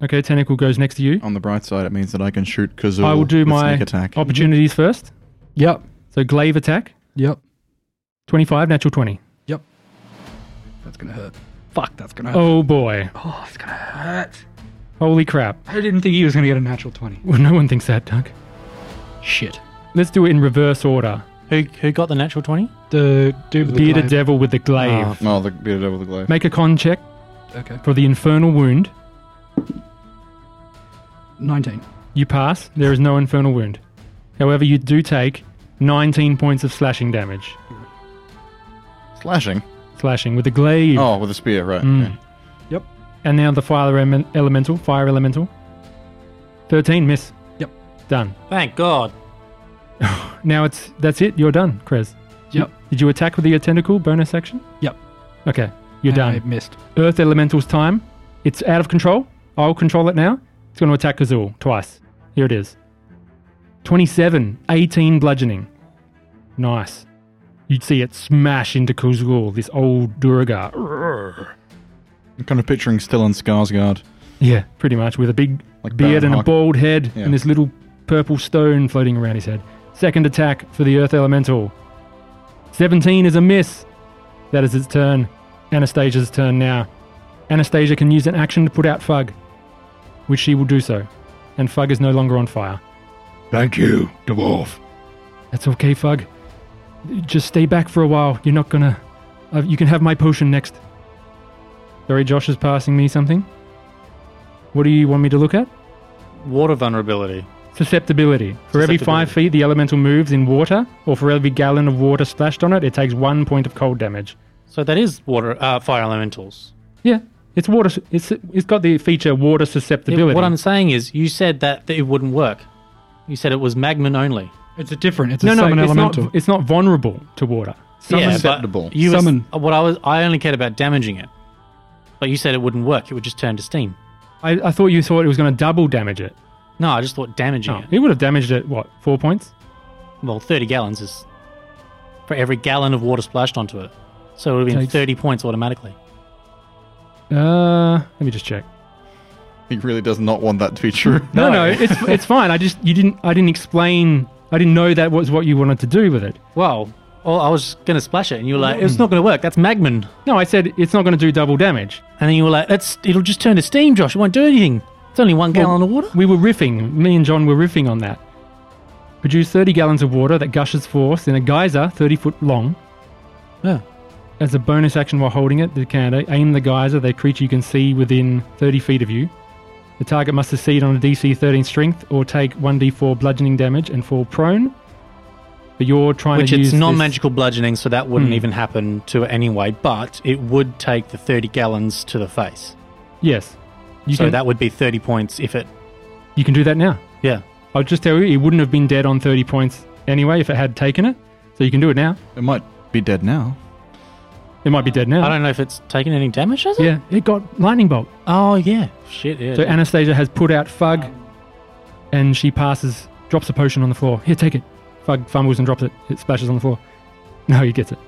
Speaker 1: Okay, tentacle goes next to you.
Speaker 4: On the bright side, it means that I can shoot Kazoo.
Speaker 1: I will do
Speaker 4: with
Speaker 1: my
Speaker 4: sneak attack.
Speaker 1: opportunities first.
Speaker 3: Yep.
Speaker 1: So glaive attack,
Speaker 3: Yep.
Speaker 1: twenty-five, natural twenty.
Speaker 3: That's gonna hurt. Fuck, that's gonna hurt.
Speaker 1: Oh boy!
Speaker 3: Oh, it's gonna hurt.
Speaker 1: Holy crap!
Speaker 3: I didn't think he was gonna get a natural 20.
Speaker 1: Well, no one thinks that, Doug.
Speaker 3: Shit.
Speaker 1: Let's do it in reverse order.
Speaker 7: Who who got the natural twenty?
Speaker 3: The dude with the
Speaker 1: Bearded
Speaker 3: glaive.
Speaker 1: devil with the glaive.
Speaker 7: Ah,
Speaker 4: Oh, the bearded devil with the glaive.
Speaker 1: Make a con check
Speaker 3: Okay.
Speaker 1: for the infernal wound.
Speaker 3: 19.
Speaker 1: You pass. There is no infernal wound. However, you do take 19 points of slashing damage.
Speaker 4: Slashing.
Speaker 1: Slashing with the glaive.
Speaker 4: Oh, with a spear, right.
Speaker 1: Mm.
Speaker 4: yeah.
Speaker 1: And now the fire em- elemental. Fire elemental. 13 miss.
Speaker 3: Yep.
Speaker 1: Done.
Speaker 7: Thank God.
Speaker 1: Now it's that's it. You're done, Krez.
Speaker 3: Yep.
Speaker 1: Did you attack with your tentacle bonus action?
Speaker 3: Yep.
Speaker 1: Okay. You're
Speaker 3: And I
Speaker 1: done.
Speaker 3: missed.
Speaker 1: Earth Elemental's time. It's out of control. I'll control it now. It's going to attack Kazul twice. Here it is 27, 18 bludgeoning. Nice. You'd see it smash into Kazul, this old Duragar.
Speaker 4: I'm kind of picturing still in Skarsgård.
Speaker 1: Yeah, pretty much, with a big
Speaker 4: Like
Speaker 1: beard
Speaker 4: Baron
Speaker 1: and a
Speaker 4: Hark-
Speaker 1: bald head
Speaker 4: Yeah.
Speaker 1: and this little purple stone floating around his head. Second attack for the Earth Elemental. 17 is a miss. That is its turn. Anastasia's turn now. Anastasia can use an action to put out Fug, which she will do so. And Fug is no longer on fire.
Speaker 9: Thank you, dwarf.
Speaker 1: That's okay, Fug. Just stay back for a while. You're not gonna. Uh, you can have my potion next. Sorry, Josh is passing me something. What do you want me to look at?
Speaker 7: Water vulnerability.
Speaker 1: Susceptibility. For every five feet the elemental moves in water, or for every gallon of water splashed on it, it takes one point of cold damage.
Speaker 7: So that is water uh, fire elementals.
Speaker 1: Yeah, it's water. su- It's it's got the feature water
Speaker 7: It-
Speaker 1: susceptibility.
Speaker 7: what I'm saying is, you said that, that it wouldn't work. You said it was magman only.
Speaker 3: It's a different. It's
Speaker 1: no,
Speaker 3: a
Speaker 1: no,
Speaker 3: summon
Speaker 1: it's
Speaker 3: elemental.
Speaker 1: not. It's not vulnerable to water.
Speaker 7: Yeah, but
Speaker 4: acceptable.
Speaker 7: You were-
Speaker 3: Summon.
Speaker 7: Uh, what I was, I only cared about damaging it. But you said it wouldn't work. It would just turn to steam.
Speaker 1: I, I thought you thought it was going to double damage it.
Speaker 7: No, I just thought damaging
Speaker 1: Oh,
Speaker 7: it.
Speaker 1: it would have damaged it. What four points?
Speaker 7: Well, 30 gallons is for every gallon of water splashed onto it. So it would have been
Speaker 1: Takes-
Speaker 7: 30 points automatically.
Speaker 1: Uh, let me just check.
Speaker 4: He really does not want that to be true.
Speaker 1: No, no, it's it's fine. I just you didn't. I didn't explain. I didn't know that was what you wanted to do with it.
Speaker 7: Well, oh, I was going to splash it, and you were like, it's not going to work. That's Magman.
Speaker 1: No, I said it's not going to do double damage.
Speaker 7: And then you were like, "That's it'll just turn to steam, Josh. It won't do anything. It's only one gallon of water.
Speaker 1: We were riffing. Me and John were riffing on that. Produce 30 gallons of water that gushes forth in a geyser 30 foot long.
Speaker 7: Yeah.
Speaker 1: As a bonus action while holding it, the candidate aim the geyser at a creature you can see within 30 feet of you. The target must succeed on a DC 13 strength or take 1d4 bludgeoning damage and fall prone. But you're trying
Speaker 7: Which
Speaker 1: to use
Speaker 7: it's
Speaker 1: this-
Speaker 7: non-magical bludgeoning, so that wouldn't
Speaker 1: Hmm.
Speaker 7: even happen to it anyway. But it would take the 30 gallons to the face.
Speaker 1: Yes, you
Speaker 7: so
Speaker 1: can
Speaker 7: that would be 30 points if it.
Speaker 1: you can do that now.
Speaker 7: Yeah.
Speaker 1: I'll just tell you, it wouldn't have been dead on 30 points anyway if it had taken it. So you can do it now.
Speaker 4: it might be dead now.
Speaker 1: It might be dead now.
Speaker 7: I don't know if it's taken any damage, has it?
Speaker 1: yeah, it got lightning bolt.
Speaker 7: Oh yeah. Shit. Yeah.
Speaker 1: So Anastasia has put out Fug, and she passes, drops a potion on the floor. Here, take it. Fug fumbles and drops it. It splashes on the floor. No, he gets it.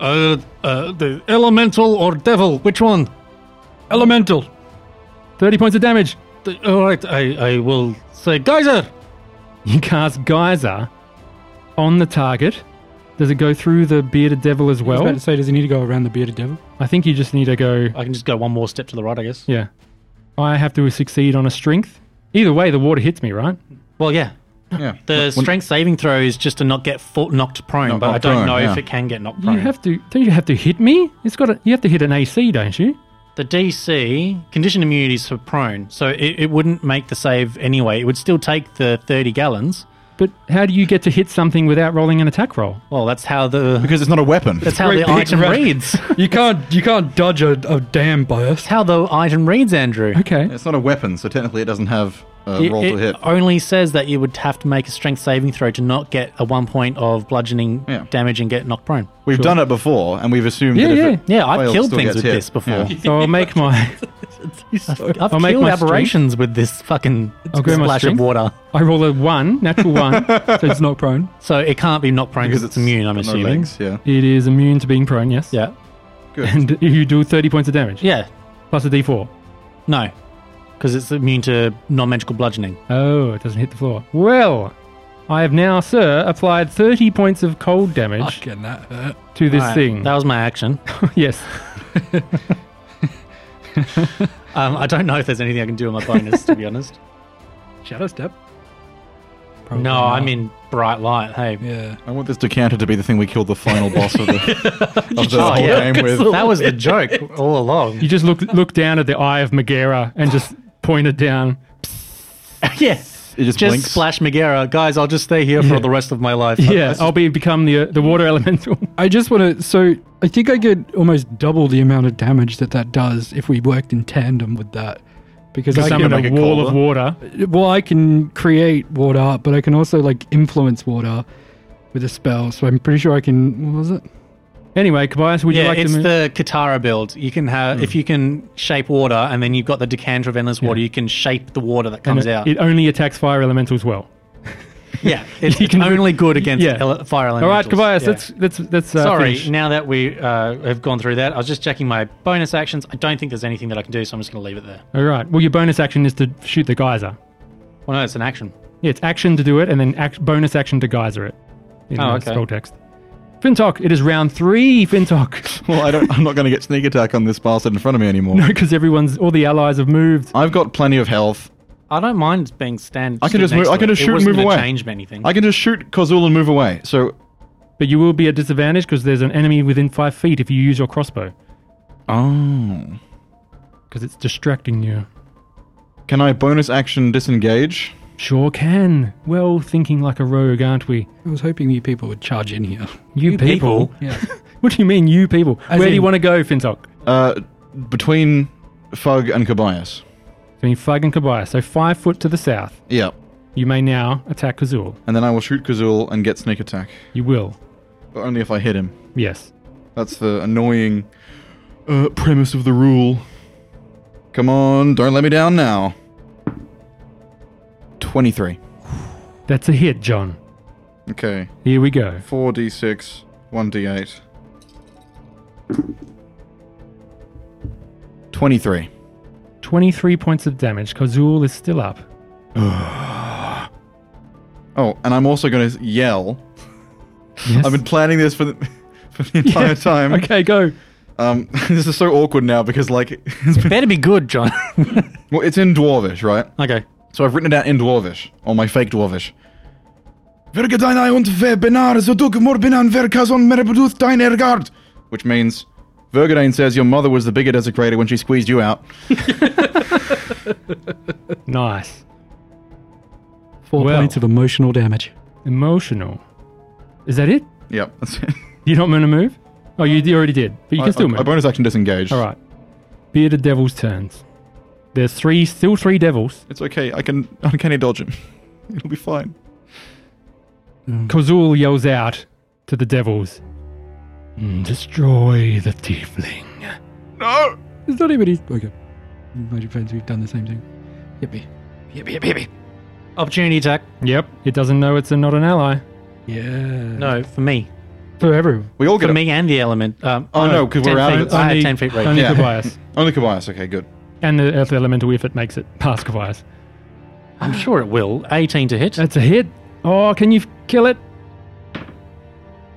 Speaker 7: uh, uh, the elemental or devil? Which one?
Speaker 3: Elemental.
Speaker 1: Thirty points of damage.
Speaker 7: The- all right. I I will say geyser.
Speaker 1: You cast Geyser on the target. Does it go through the bearded devil as
Speaker 3: I was about
Speaker 1: well?
Speaker 3: to say, does he need to go around the bearded devil?
Speaker 1: I think you just need to go.
Speaker 7: I can just go one more step to the right, I guess.
Speaker 1: Yeah, I have to succeed on a strength. Either way, the water hits me, right?
Speaker 7: Well, yeah.
Speaker 4: Yeah.
Speaker 7: The
Speaker 4: When-
Speaker 7: strength saving throw is just to not get fo- knocked prone,
Speaker 4: Not
Speaker 7: but I
Speaker 4: knocked
Speaker 7: don't
Speaker 4: prone,
Speaker 7: know if
Speaker 4: yeah.
Speaker 7: it can get knocked prone.
Speaker 1: You have to. Don't you have to hit me? It's got. A, you have to hit an AC, don't you?
Speaker 7: the DC condition immunity is for prone, so it, it wouldn't make the save anyway. It would still take the thirty gallons.
Speaker 1: But how do you get to hit something without rolling an attack roll?
Speaker 7: Well, that's how the
Speaker 4: Because it's not a weapon.
Speaker 7: that's how the
Speaker 3: great
Speaker 7: item
Speaker 3: picture.
Speaker 7: reads. That's
Speaker 3: You can't you can't dodge a, a damn bias.
Speaker 7: how the item reads, Andrew.
Speaker 1: Okay.
Speaker 4: It's not a weapon, so technically it doesn't have a
Speaker 7: It,
Speaker 4: roll
Speaker 7: it oh,
Speaker 4: to hit.
Speaker 7: only says that you would have to make a strength saving throw to not get a one point of bludgeoning
Speaker 4: Yeah.
Speaker 7: damage and get knocked prone.
Speaker 4: We've done it before, and we've assumed
Speaker 1: Yeah,
Speaker 4: that if
Speaker 1: yeah.
Speaker 4: it
Speaker 7: Yeah, I've
Speaker 4: fails, it
Speaker 7: killed
Speaker 4: still
Speaker 7: things
Speaker 4: gets
Speaker 7: with
Speaker 4: hit.
Speaker 7: this before.
Speaker 4: Yeah.
Speaker 1: So I'll make my.
Speaker 7: I've
Speaker 1: I'll make
Speaker 7: killed
Speaker 1: my strength.
Speaker 7: aberrations with this fucking
Speaker 1: I'll go my
Speaker 7: splash of
Speaker 1: strength.
Speaker 7: water.
Speaker 1: I roll a one, natural one.
Speaker 3: So it's not prone.
Speaker 7: So it can't be knocked prone because it's immune, I'm
Speaker 4: got no
Speaker 7: assuming.
Speaker 4: legs, yeah.
Speaker 1: It is immune to being prone, yes.
Speaker 7: Yeah.
Speaker 1: And you do 30 points of damage.
Speaker 7: Yeah.
Speaker 1: Plus a d4.
Speaker 7: No. Because it's immune to non magical bludgeoning.
Speaker 1: Oh, it doesn't hit the floor. Well, I have now, sir, applied 30 points of cold damage
Speaker 3: Fucking that hurt.
Speaker 1: to this
Speaker 7: Alright,
Speaker 1: thing.
Speaker 7: That was my action.
Speaker 1: yes.
Speaker 7: Um, I don't know if there's anything I can do on my bonus, to be honest.
Speaker 3: Shadow step. Probably
Speaker 2: no,
Speaker 3: not.
Speaker 2: I mean bright light. Hey,
Speaker 3: yeah.
Speaker 4: I want this decanter to be the thing we killed the final boss of the, of
Speaker 7: Oh,
Speaker 4: the whole
Speaker 2: Oh, yeah.
Speaker 4: game with.
Speaker 2: that was the joke all along.
Speaker 1: You just look look down at the eye of Megara and just point it down.
Speaker 2: yeah,
Speaker 4: It
Speaker 2: just
Speaker 4: just, blinks.
Speaker 2: splash Megara, guys. I'll just stay here for the rest of my life.
Speaker 1: Yeah, I'll be become the uh, the water elemental.
Speaker 3: I just want to. So I think I get almost double the amount of damage that that does if we worked in tandem with that. Because I can,
Speaker 4: summon
Speaker 1: Summon
Speaker 4: make
Speaker 1: a
Speaker 4: it
Speaker 1: wall
Speaker 4: colder?
Speaker 1: of water.
Speaker 3: well, I can create water, but I can also like influence water with a spell. So I'm pretty sure I can. What was it?
Speaker 1: Anyway, Kobayas, would you
Speaker 2: yeah,
Speaker 1: like
Speaker 2: it's
Speaker 1: to move?
Speaker 2: the Katara build. You can have
Speaker 1: Hmm.
Speaker 2: if you can shape water, and then you've got the decanter of endless water. You can shape the water that
Speaker 1: And
Speaker 2: comes
Speaker 1: it,
Speaker 2: out.
Speaker 1: it only attacks fire elementals well.
Speaker 2: yeah, it's,
Speaker 1: you
Speaker 2: it's
Speaker 1: can-
Speaker 2: only good against
Speaker 1: yeah.
Speaker 2: ele- fire elementals.
Speaker 1: All right, Kobayas,
Speaker 2: Yeah.
Speaker 1: that's that's that's uh,
Speaker 2: Sorry,
Speaker 1: finish.
Speaker 2: now that we uh, have gone through that, I was just checking my bonus actions. I don't think there's anything that I can do, so I'm just going to leave it there.
Speaker 1: All right. Well, your bonus action is to shoot the geyser.
Speaker 2: Well, no, it's an action.
Speaker 1: Yeah, it's action to do it, and then act, bonus action to geyser it. In
Speaker 2: Oh,
Speaker 1: the
Speaker 2: okay.
Speaker 1: Scroll text. Fintok, it is round three. Fintok.
Speaker 4: Well, I don't, I'm not going to get sneak attack on this bastard in front of me anymore.
Speaker 1: no, because everyone's all the allies have moved.
Speaker 4: I've got plenty of health.
Speaker 2: I don't mind being stand.
Speaker 4: I can just
Speaker 2: next
Speaker 4: move-
Speaker 2: to
Speaker 4: I can
Speaker 2: it.
Speaker 4: just
Speaker 2: It
Speaker 4: shoot and
Speaker 2: wasn't
Speaker 4: move
Speaker 2: gonna
Speaker 4: away.
Speaker 2: Change anything.
Speaker 4: I can just shoot Kozul and move away. So,
Speaker 1: But you will be at disadvantage because there's an enemy within five feet if you use your crossbow
Speaker 4: oh,
Speaker 1: because it's distracting you.
Speaker 4: can I bonus action disengage?
Speaker 1: Sure can. Well, thinking like a rogue, aren't we?
Speaker 3: I was hoping you people would charge in here.
Speaker 1: You, people?
Speaker 3: Yeah.
Speaker 1: What do you mean, you people?
Speaker 3: As
Speaker 1: Where do you
Speaker 3: in-
Speaker 1: want to go, Fintok?
Speaker 4: Uh, between Fug and Kobayas.
Speaker 1: Between Fug and Kabaya, so five foot to the south.
Speaker 4: Yeah,
Speaker 1: You may now attack Kazul.
Speaker 4: and then I will shoot Kozul and get sneak attack,
Speaker 1: You will.
Speaker 4: but only if I hit him.
Speaker 1: Yes.
Speaker 4: That's the annoying uh, premise of the rule. Come on, don't let me down now. 23.
Speaker 1: That's a hit, John.
Speaker 4: Okay.
Speaker 1: Here we go.
Speaker 4: 4d6, 1d8. 23.
Speaker 1: 23 points of damage. Kazul is still up.
Speaker 4: Oh, and I'm also going to yell.
Speaker 1: Yes.
Speaker 4: I've been planning this for the, for the entire time.
Speaker 1: okay, go.
Speaker 4: Um, this is so awkward now because, like, it's been,
Speaker 2: Better be good, John.
Speaker 4: well, it's in Dwarvish, right?
Speaker 2: okay.
Speaker 4: So I've written it out in Dwarvish, or my fake Dwarvish. Wirke dein Ei und wer benar, so du gemor bin an wer kason mere beduth dein er Ergard. Which means, Vergadane says your mother was the bigger desecrator when she squeezed you out.
Speaker 1: Nice.
Speaker 3: Four
Speaker 1: Well.
Speaker 3: points of emotional damage.
Speaker 1: Emotional. Is that it?
Speaker 4: Yep, that's it.
Speaker 1: You're not going to move? Oh, you you already did. But you can
Speaker 4: I,
Speaker 1: still
Speaker 4: I, I
Speaker 1: move.
Speaker 4: bonus action disengaged.
Speaker 1: All right. Bearded Devil's turns. There's three, still three devils.
Speaker 4: It's okay, I can uncanny dodge him. It'll be fine.
Speaker 1: Mm. Kazul yells out to the devils Mm, Destroy the tiefling.
Speaker 4: No!
Speaker 3: There's not anybody. Okay. My friends, we've done the same thing. Yippee. Yippee, yippee, yippee.
Speaker 2: Opportunity attack.
Speaker 1: Yep. It doesn't know it's a, not an ally.
Speaker 3: Yeah.
Speaker 2: No, for me,
Speaker 3: For everyone.
Speaker 4: We all
Speaker 2: for
Speaker 4: get a,
Speaker 2: me and the element. Um,
Speaker 4: Oh, no, 'cause
Speaker 2: 10
Speaker 4: we're out of
Speaker 2: feet.
Speaker 4: it.
Speaker 2: I have ten feet range.
Speaker 1: Only
Speaker 4: Yeah.
Speaker 1: Kobayas.
Speaker 4: Only Kobayas, okay, good.
Speaker 1: and the Earth Elemental if it makes it past Kobayas.
Speaker 2: I'm sure it will. Eighteen to hit.
Speaker 1: That's a hit. Oh, can you kill it?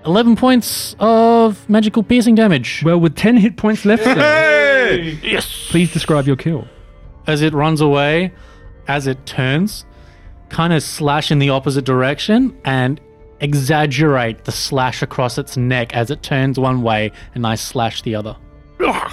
Speaker 2: Eleven points of magical piercing damage.
Speaker 1: Well, with 10 hit points left, sir,
Speaker 4: Hey!
Speaker 1: please describe your kill.
Speaker 2: as it runs away, as it turns, kind of slash in the opposite direction and exaggerate the slash across its neck as it turns one way and I slash the other.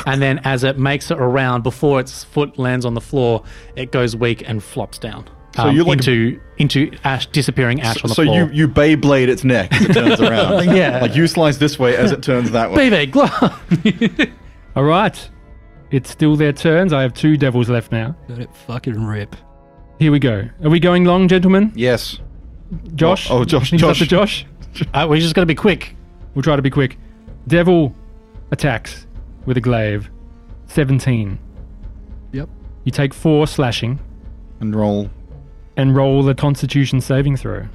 Speaker 2: And then as it makes it around, before its foot lands on the floor, it goes weak and flops down. So
Speaker 4: you're like-
Speaker 2: into into ash disappearing ash on the
Speaker 4: So
Speaker 2: floor.
Speaker 4: you, you Beyblade its neck as it turns around.
Speaker 2: Yeah.
Speaker 4: Like you slice this way as it turns that way.
Speaker 2: Baby, glow.
Speaker 1: All right. It's still their turns. I have two devils left now.
Speaker 3: Let it fucking rip.
Speaker 1: Here we go. Are we going long, gentlemen?
Speaker 4: Yes.
Speaker 1: Josh?
Speaker 4: Oh, oh, Josh,
Speaker 1: Things up
Speaker 4: Josh.
Speaker 1: to Josh?
Speaker 2: Uh, we just got to be quick.
Speaker 1: We'll try to be quick. Devil attacks with a glaive. 17.
Speaker 3: Yep.
Speaker 1: You take four slashing
Speaker 4: And roll.
Speaker 1: and roll a constitution saving throw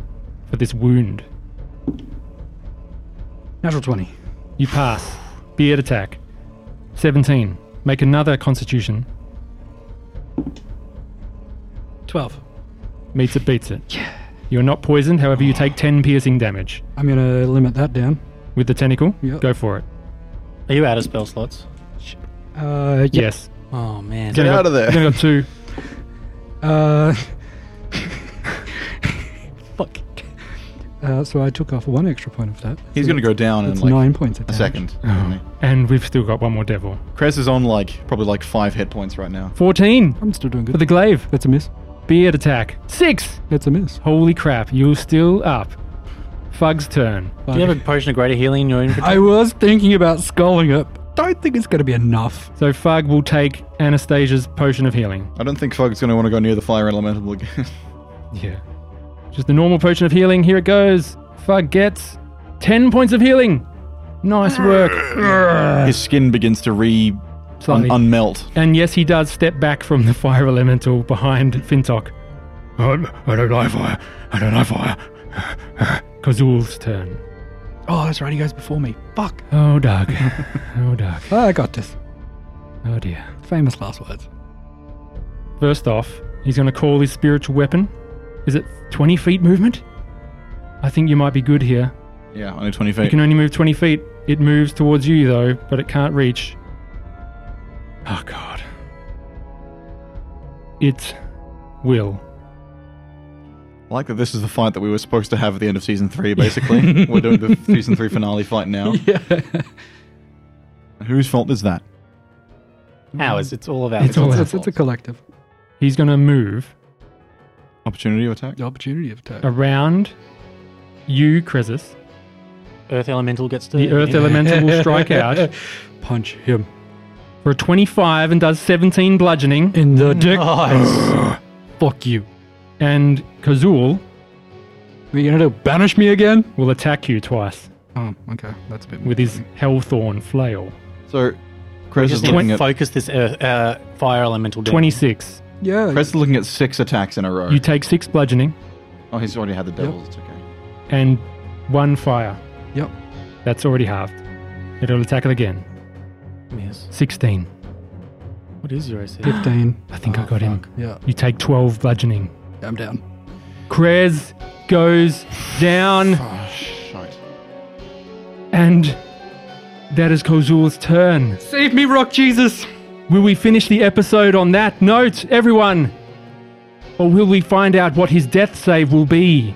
Speaker 1: for this wound.
Speaker 3: Natural 20.
Speaker 1: You pass. Beard attack. 17. Make another constitution.
Speaker 3: 12.
Speaker 1: Meets it, beats it. Yeah. You're not poisoned, however, you take 10 piercing damage.
Speaker 3: I'm going to limit that down.
Speaker 1: With the tentacle?
Speaker 3: Yep.
Speaker 1: Go for it.
Speaker 2: Are you out of spell slots?
Speaker 3: Uh, yeah.
Speaker 1: Yes.
Speaker 2: Oh man.
Speaker 1: You've
Speaker 4: Get
Speaker 1: only
Speaker 4: out
Speaker 1: got-
Speaker 4: of there.
Speaker 1: you've only got two.
Speaker 3: Uh,
Speaker 2: Fuck.
Speaker 3: Uh, so I took off one extra point of that.
Speaker 4: He's going to go down in
Speaker 3: It's
Speaker 4: like
Speaker 3: nine points of
Speaker 4: a
Speaker 3: damage.
Speaker 4: second. isn't he?
Speaker 1: And we've still got one more devil.
Speaker 4: Krez is on like probably like five hit points right now.
Speaker 1: 14
Speaker 3: I'm still doing
Speaker 1: for
Speaker 3: good.
Speaker 1: the glaive.
Speaker 3: That's a miss.
Speaker 1: Beard attack. Six.
Speaker 3: That's a miss.
Speaker 1: Holy crap, you're still up. Fug's turn.
Speaker 2: Do you have a potion of greater healing in your inventory?
Speaker 3: I was thinking about sculling it. but Don't think it's going to be enough.
Speaker 1: So Fug will take Anastasia's potion of healing.
Speaker 4: I don't think Fog's going to want to go near the fire elemental again.
Speaker 1: Yeah. Just the normal potion of healing. Here it goes. Fug gets 10 points of healing. Nice work.
Speaker 4: His skin begins to re un-
Speaker 1: Slightly.
Speaker 4: unmelt.
Speaker 1: and yes, he does step back from the fire elemental behind Fintok.
Speaker 5: I, I don't like fire. I don't like fire.
Speaker 1: Kazul's turn.
Speaker 3: Oh, that's right. He goes before me. Fuck.
Speaker 1: Oh, Doug. oh, Doug.
Speaker 3: Ah, I got this.
Speaker 1: Oh, dear.
Speaker 3: Famous last words.
Speaker 1: First off, he's going to call his spiritual weapon. Is it 20 feet movement? I think you might be good here.
Speaker 4: Yeah, only 20
Speaker 1: You
Speaker 4: feet.
Speaker 1: can only move 20 feet. It moves towards you, though, but it can't reach. Oh, God. It will.
Speaker 4: I like that this is the fight that we were supposed to have at the end of season three, basically. we're doing the season three finale fight now.
Speaker 3: Yeah.
Speaker 4: Whose fault is that?
Speaker 2: Ours. It's all of ours.
Speaker 1: It's all
Speaker 3: it's,
Speaker 1: our
Speaker 3: it's, it's a collective.
Speaker 1: He's going to move
Speaker 4: Opportunity attack?
Speaker 3: The opportunity of attack.
Speaker 1: around you, Cresus.
Speaker 2: Earth elemental gets to
Speaker 1: The earth elemental will strike out
Speaker 3: Punch him
Speaker 1: for a 25 and does 17 bludgeoning.
Speaker 3: in the dick.
Speaker 2: Nice.
Speaker 3: Fuck you.
Speaker 1: And Kazul
Speaker 3: Are you going to banish me again?
Speaker 1: will attack you twice
Speaker 3: Oh, okay. That's a bit.
Speaker 1: with his hellthorn flail.
Speaker 4: So,
Speaker 2: We
Speaker 4: Krez
Speaker 2: just
Speaker 4: is
Speaker 2: need
Speaker 4: looking
Speaker 2: to
Speaker 4: at.
Speaker 2: focus this earth, uh, fire elemental down.
Speaker 1: 26.
Speaker 3: yeah.
Speaker 4: Krez is looking at six attacks in a row.
Speaker 1: You take six bludgeoning
Speaker 4: oh, he's already had the devils. It's okay.
Speaker 1: and one fire.
Speaker 3: Yep.
Speaker 1: That's already halved. It'll attack it again.
Speaker 2: Yes.
Speaker 1: 16.
Speaker 2: What is your AC?
Speaker 3: Fifteen.
Speaker 1: I think I got him.
Speaker 3: Yeah.
Speaker 1: You take 12 bludgeoning.
Speaker 3: I'm down.
Speaker 1: Krez goes down,
Speaker 4: Oh, shite.
Speaker 1: and that is Kozul's turn.
Speaker 3: Save me, Rock Jesus.
Speaker 1: Will we finish the episode on that note, everyone? Or will we find out what his death save will be?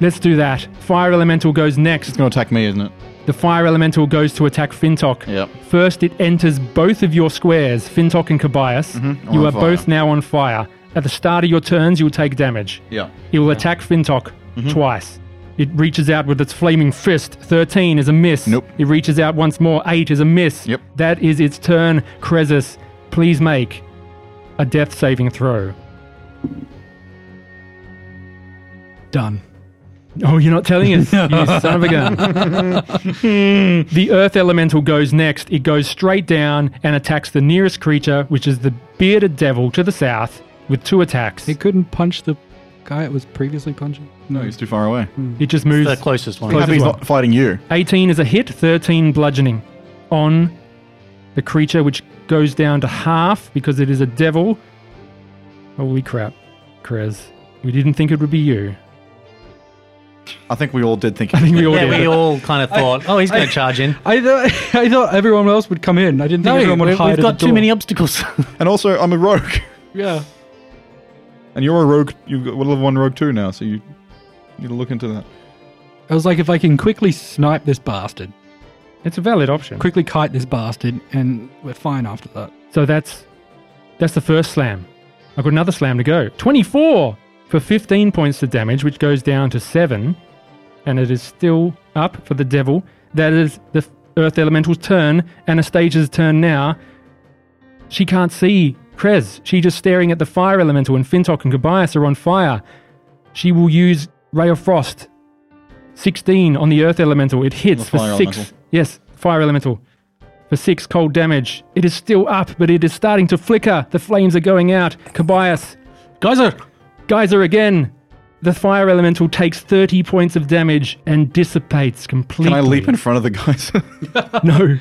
Speaker 1: Let's do that. Fire Elemental goes
Speaker 4: It's
Speaker 1: next.
Speaker 4: going to attack me, isn't it?
Speaker 1: The Fire Elemental goes to attack Fintok.
Speaker 4: Yep.
Speaker 1: First, it enters both of your squares, Fintok and Kobayas.
Speaker 4: I'm
Speaker 1: You
Speaker 4: Mm-hmm. on
Speaker 1: are
Speaker 4: fire.
Speaker 1: both now on fire. At the start of your turns, you'll take damage.
Speaker 4: Yeah.
Speaker 1: It will attack Fintok
Speaker 4: Mm-hmm.
Speaker 1: twice. It reaches out with its flaming fist. 13 is a miss.
Speaker 4: Nope.
Speaker 1: It reaches out once more. 8 is a miss.
Speaker 4: Yep.
Speaker 1: That is its turn. Krezus, please make a death saving throw.
Speaker 3: Done.
Speaker 1: Oh, you're not telling us, you son of a gun. the Earth Elemental goes next. It goes straight down and attacks the nearest creature, which is the bearded devil to the south, with two attacks.
Speaker 3: It
Speaker 1: It,
Speaker 3: couldn't punch the guy it was previously punching.
Speaker 4: No, he's too far away.
Speaker 1: just
Speaker 2: It's
Speaker 1: moves.
Speaker 2: the closest one.
Speaker 1: Close-
Speaker 4: Happy he's not fighting you.
Speaker 1: 18 is a hit, 13 bludgeoning on the creature, which goes down to half because it is a devil. Holy crap, Krez. We didn't think it would be you.
Speaker 4: I think we all did think.
Speaker 1: I think we all
Speaker 2: Yeah,
Speaker 1: did.
Speaker 2: we all kind of thought, oh, he's going to charge in.
Speaker 3: I thought I thought everyone else would come in. I didn't think
Speaker 2: No,
Speaker 3: everyone would
Speaker 2: we've,
Speaker 3: hide
Speaker 2: we've
Speaker 3: at
Speaker 2: got
Speaker 3: the
Speaker 2: too
Speaker 3: door.
Speaker 2: many obstacles.
Speaker 4: and also, I'm a rogue.
Speaker 3: Yeah.
Speaker 4: And you're a rogue. You've got level one rogue two now, so you need to look into that.
Speaker 3: I was like, if I can quickly snipe this bastard,
Speaker 1: It's a valid option.
Speaker 3: quickly kite this bastard, and we're fine after that.
Speaker 1: So that's that's the first slam. I've got another slam to go. 24 for 15 points of damage, which goes down to 7. And it is still up for the devil. That is the Earth Elemental's turn. Anastasia's turn now. She can't see Krez. She's just staring at the Fire Elemental, and Fintok and Gobias are on fire. She will use Ray of Frost. 16 on the Earth Elemental. It hits for 6.
Speaker 4: The Fire Elemental.
Speaker 1: Yes, Fire Elemental for six cold damage. It is still up, but it is starting to flicker. The flames are going out. Kobayas,
Speaker 2: Geyser!
Speaker 1: geyser again. The fire elemental takes 30 points of damage and dissipates completely.
Speaker 4: Can I leap in front of the guys?
Speaker 1: No.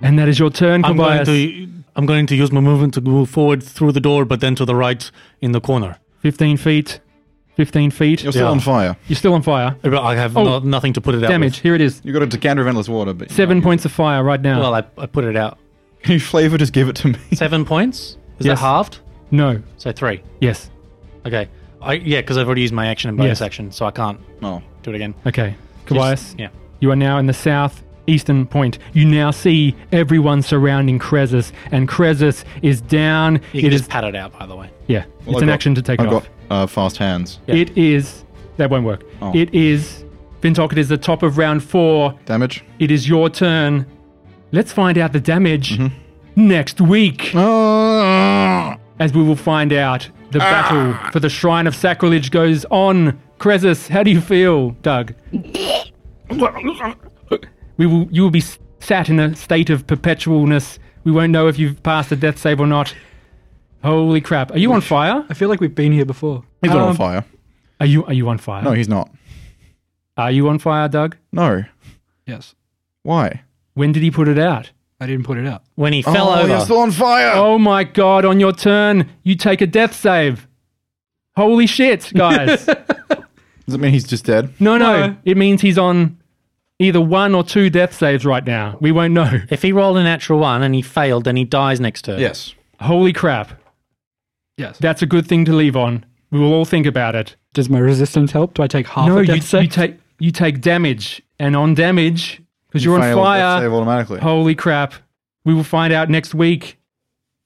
Speaker 1: And that is your turn,
Speaker 2: I'm going,
Speaker 1: Kobayas.
Speaker 2: to, I'm going to use my movement to move forward through the door, but then to the right in the corner.
Speaker 1: 15 feet. 15 feet.
Speaker 4: you're
Speaker 1: You're,
Speaker 4: still
Speaker 2: Yeah.
Speaker 4: on fire.
Speaker 1: still on fire.
Speaker 2: I have
Speaker 1: Oh.
Speaker 2: no- nothing to put it out
Speaker 1: Damage. Here it is.
Speaker 4: You got a decanter of endless water, but
Speaker 1: Seven points of fire right now.
Speaker 2: with. Well, I, I put it out.
Speaker 4: Can you flavor just give it to me?
Speaker 2: Seven points? Is
Speaker 1: Yes.
Speaker 2: that halved?
Speaker 1: no.
Speaker 2: So three.
Speaker 1: Yes.
Speaker 2: Okay.
Speaker 7: I, yeah, because I've already used my action and bonus
Speaker 1: Yes.
Speaker 7: action, so I can't
Speaker 4: Oh,
Speaker 7: do it again.
Speaker 1: Okay, Kobayas,
Speaker 7: Yeah.
Speaker 1: you are now in the south eastern point. You now see everyone surrounding Krezis, and Krezis is down.
Speaker 7: You can
Speaker 1: It
Speaker 7: just
Speaker 1: is
Speaker 7: pat it out, by the way.
Speaker 1: yeah, it's
Speaker 4: I've
Speaker 1: an
Speaker 4: got-
Speaker 1: action to take it
Speaker 4: I've
Speaker 1: off.
Speaker 4: got uh, fast hands.
Speaker 1: It is that won't work.
Speaker 4: Oh.
Speaker 1: It is Fintok. It is the top of round four.
Speaker 4: Damage.
Speaker 1: It is your turn. Let's find out the damage
Speaker 4: Mm-hmm.
Speaker 1: next week,
Speaker 4: Oh,
Speaker 1: as we will find out the
Speaker 4: Ah.
Speaker 1: battle for the Shrine of Sacrilege goes on. Krezus, how do you feel, Doug? we will. You will be s- sat in a state of perpetualness. We won't know if you've passed the death save or not. Holy crap! Are you on fire?
Speaker 3: I feel like we've been here before.
Speaker 4: he's not
Speaker 1: Um,
Speaker 4: on fire.
Speaker 1: Are you? Are you on fire?
Speaker 4: No, he's not.
Speaker 1: Are you on fire, Doug?
Speaker 4: No.
Speaker 3: Yes.
Speaker 4: Why?
Speaker 1: When did he put it out?
Speaker 3: I didn't put it out.
Speaker 7: When he fell
Speaker 4: oh,
Speaker 7: over.
Speaker 4: you're still on fire.
Speaker 1: Oh my god, on your turn, you take a death save. Holy shit, guys.
Speaker 4: Does it mean he's just dead?
Speaker 1: No, no,
Speaker 3: No.
Speaker 1: It means he's on either one or two death saves right now. We won't know.
Speaker 7: If he rolled a natural one and he failed, then he dies next turn.
Speaker 4: Yes.
Speaker 1: Holy crap.
Speaker 3: Yes.
Speaker 1: That's a good thing to leave on. We will all think about it.
Speaker 3: Does my resistance help? Do I take half
Speaker 1: no,
Speaker 3: a
Speaker 1: you,
Speaker 3: death save?
Speaker 1: you take you take damage. And on damage, because you're on
Speaker 4: Failed, let's
Speaker 1: fire.
Speaker 4: Save automatically.
Speaker 1: Holy crap. We will find out next week.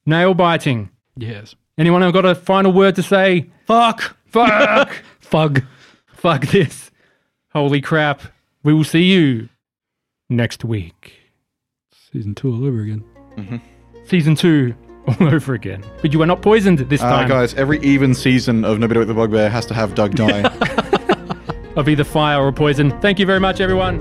Speaker 1: Nail biting.
Speaker 3: yes.
Speaker 1: Anyone got a final word to say?
Speaker 7: Fuck.
Speaker 1: Fuck!
Speaker 3: Fug.
Speaker 1: Fuck this. Holy crap. We will see you next week.
Speaker 3: Season two all over again.
Speaker 1: Season two all over again. But you are not poisoned this
Speaker 4: Uh,
Speaker 1: time
Speaker 4: guys, every even season of Nobody with the Bugbear has to have Doug die.
Speaker 1: of either fire or poison. Thank you very much, everyone.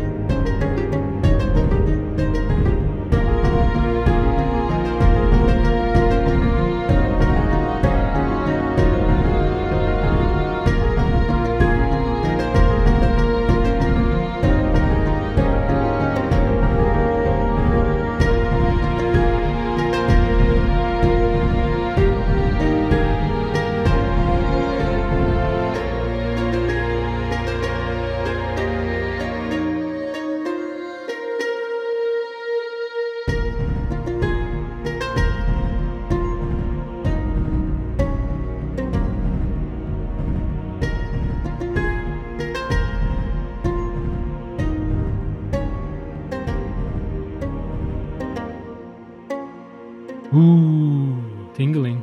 Speaker 1: Ooh, tingling.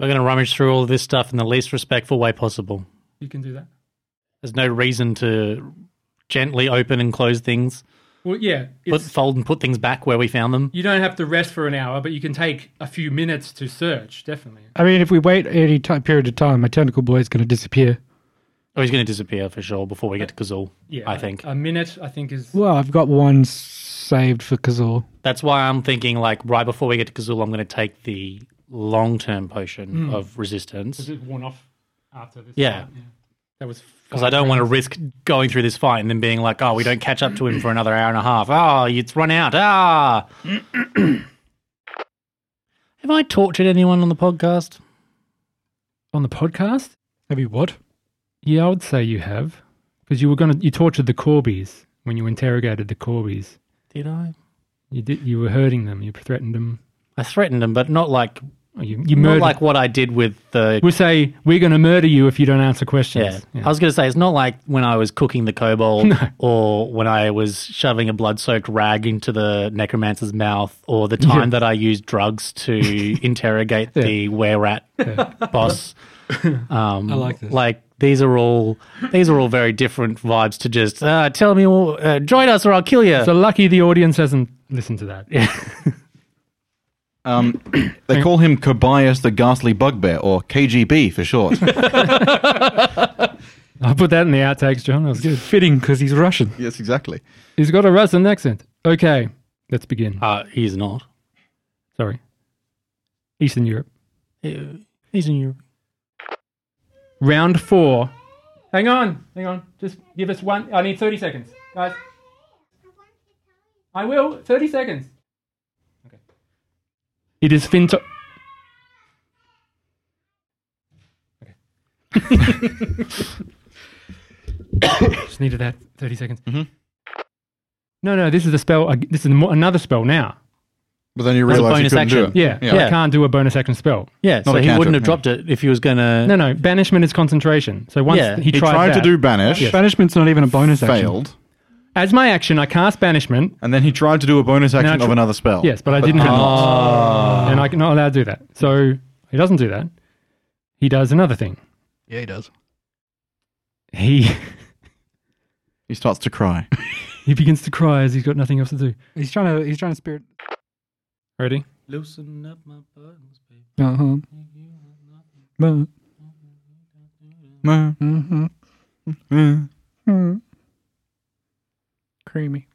Speaker 7: We're going to rummage through all of this stuff in the least respectful way possible.
Speaker 1: You can do that.
Speaker 7: There's no reason to gently open and close things,
Speaker 1: Well, yeah.
Speaker 7: put,
Speaker 1: It's,
Speaker 7: fold and put things back where we found them.
Speaker 1: you don't have to rest for an hour, but you can take a few minutes to search, definitely.
Speaker 3: I mean, if we wait any ti period of time, my tentacle boy is going to disappear.
Speaker 7: Or Oh, he's going to disappear for sure before we get to Kazul.
Speaker 1: Yeah.
Speaker 7: I think.
Speaker 1: A minute, I think, is.
Speaker 3: Well, I've got one s- saved for Kazor.
Speaker 7: That's why I'm thinking, like, right before we get to Kazul, I'm going to take the long term
Speaker 1: Hmm.
Speaker 7: potion of resistance.
Speaker 1: Is it worn off after this?
Speaker 7: Yeah.
Speaker 1: fight? That was.
Speaker 7: Because I don't want to risk going through this fight and then being like, oh, we don't catch up to him for another hour and a half. Oh, it's run out. Ah. Have I tortured anyone on the podcast?
Speaker 1: On the podcast?
Speaker 3: Have you what?
Speaker 1: Yeah, I would say you have, because you were gonna you tortured the Corbies when you interrogated the Corbies.
Speaker 7: Did I?
Speaker 1: You did. You were hurting them. You threatened them.
Speaker 7: I threatened him, but not like
Speaker 1: You, you
Speaker 7: not
Speaker 1: murdered.
Speaker 7: like what I did with the.
Speaker 1: we say we're going to murder you if you don't answer
Speaker 7: Yeah.
Speaker 1: questions.
Speaker 7: I was going to say, it's not like when I was cooking the kobold or when I was shoving a blood soaked rag into the necromancer's mouth or the time that I used drugs to interrogate the were rat boss. Um, I
Speaker 3: like this.
Speaker 7: Like, these are all these are all very different vibes to just uh, tell me all, uh, join us or I'll kill you.
Speaker 1: So lucky the audience hasn't listened to that.
Speaker 4: Um, they call him Cobias the Ghastly Bugbear, or KGB for short.
Speaker 1: I put that in the outtakes, John. That was good.
Speaker 3: Fitting because he's Russian.
Speaker 4: yes, exactly.
Speaker 1: He's got a Russian accent. Okay, let's begin.
Speaker 7: uh, he's not.
Speaker 1: Sorry. Eastern Europe.
Speaker 7: He's in Europe.
Speaker 1: Round four. Hang on, hang on. Just give us one. I need 30 seconds, guys. I will. 30 seconds. Okay. It is Finto. Okay. Just needed that 30 seconds. No, no, this is a spell. This is mo- another spell now.
Speaker 4: But then you
Speaker 2: a
Speaker 4: realize you
Speaker 2: bonus
Speaker 4: couldn't do
Speaker 2: action.
Speaker 1: Yeah,
Speaker 4: it. Yeah.
Speaker 1: I can't do a bonus action spell.
Speaker 2: Yeah, so
Speaker 4: a
Speaker 2: he
Speaker 4: cantrip,
Speaker 2: wouldn't have
Speaker 4: no.
Speaker 2: dropped it if he was gonna.
Speaker 1: No, no, banishment is concentration. So once
Speaker 2: Yeah,
Speaker 1: he
Speaker 2: he
Speaker 1: tried,
Speaker 4: Tried to
Speaker 1: that-
Speaker 4: do banish,
Speaker 3: Banishment's not even a bonus action.
Speaker 4: failed,
Speaker 1: as my action, I cast banishment.
Speaker 4: and then he tried to do a bonus action
Speaker 1: Natural-
Speaker 4: of another spell.
Speaker 1: Yes, but I didn't have
Speaker 2: Oh.
Speaker 1: and I'm not allowed to do that. So he doesn't do that. He does another thing.
Speaker 3: Yeah, he does.
Speaker 1: He
Speaker 4: He starts to cry.
Speaker 1: he begins to cry as he's got nothing else to do.
Speaker 3: He's trying to. He's trying to spirit.
Speaker 1: Ready?
Speaker 2: Loosen up my buttons, baby.
Speaker 3: Uh-huh. Uh,
Speaker 4: Meh,
Speaker 3: mhm.
Speaker 4: meh.
Speaker 3: Mm. Creamy.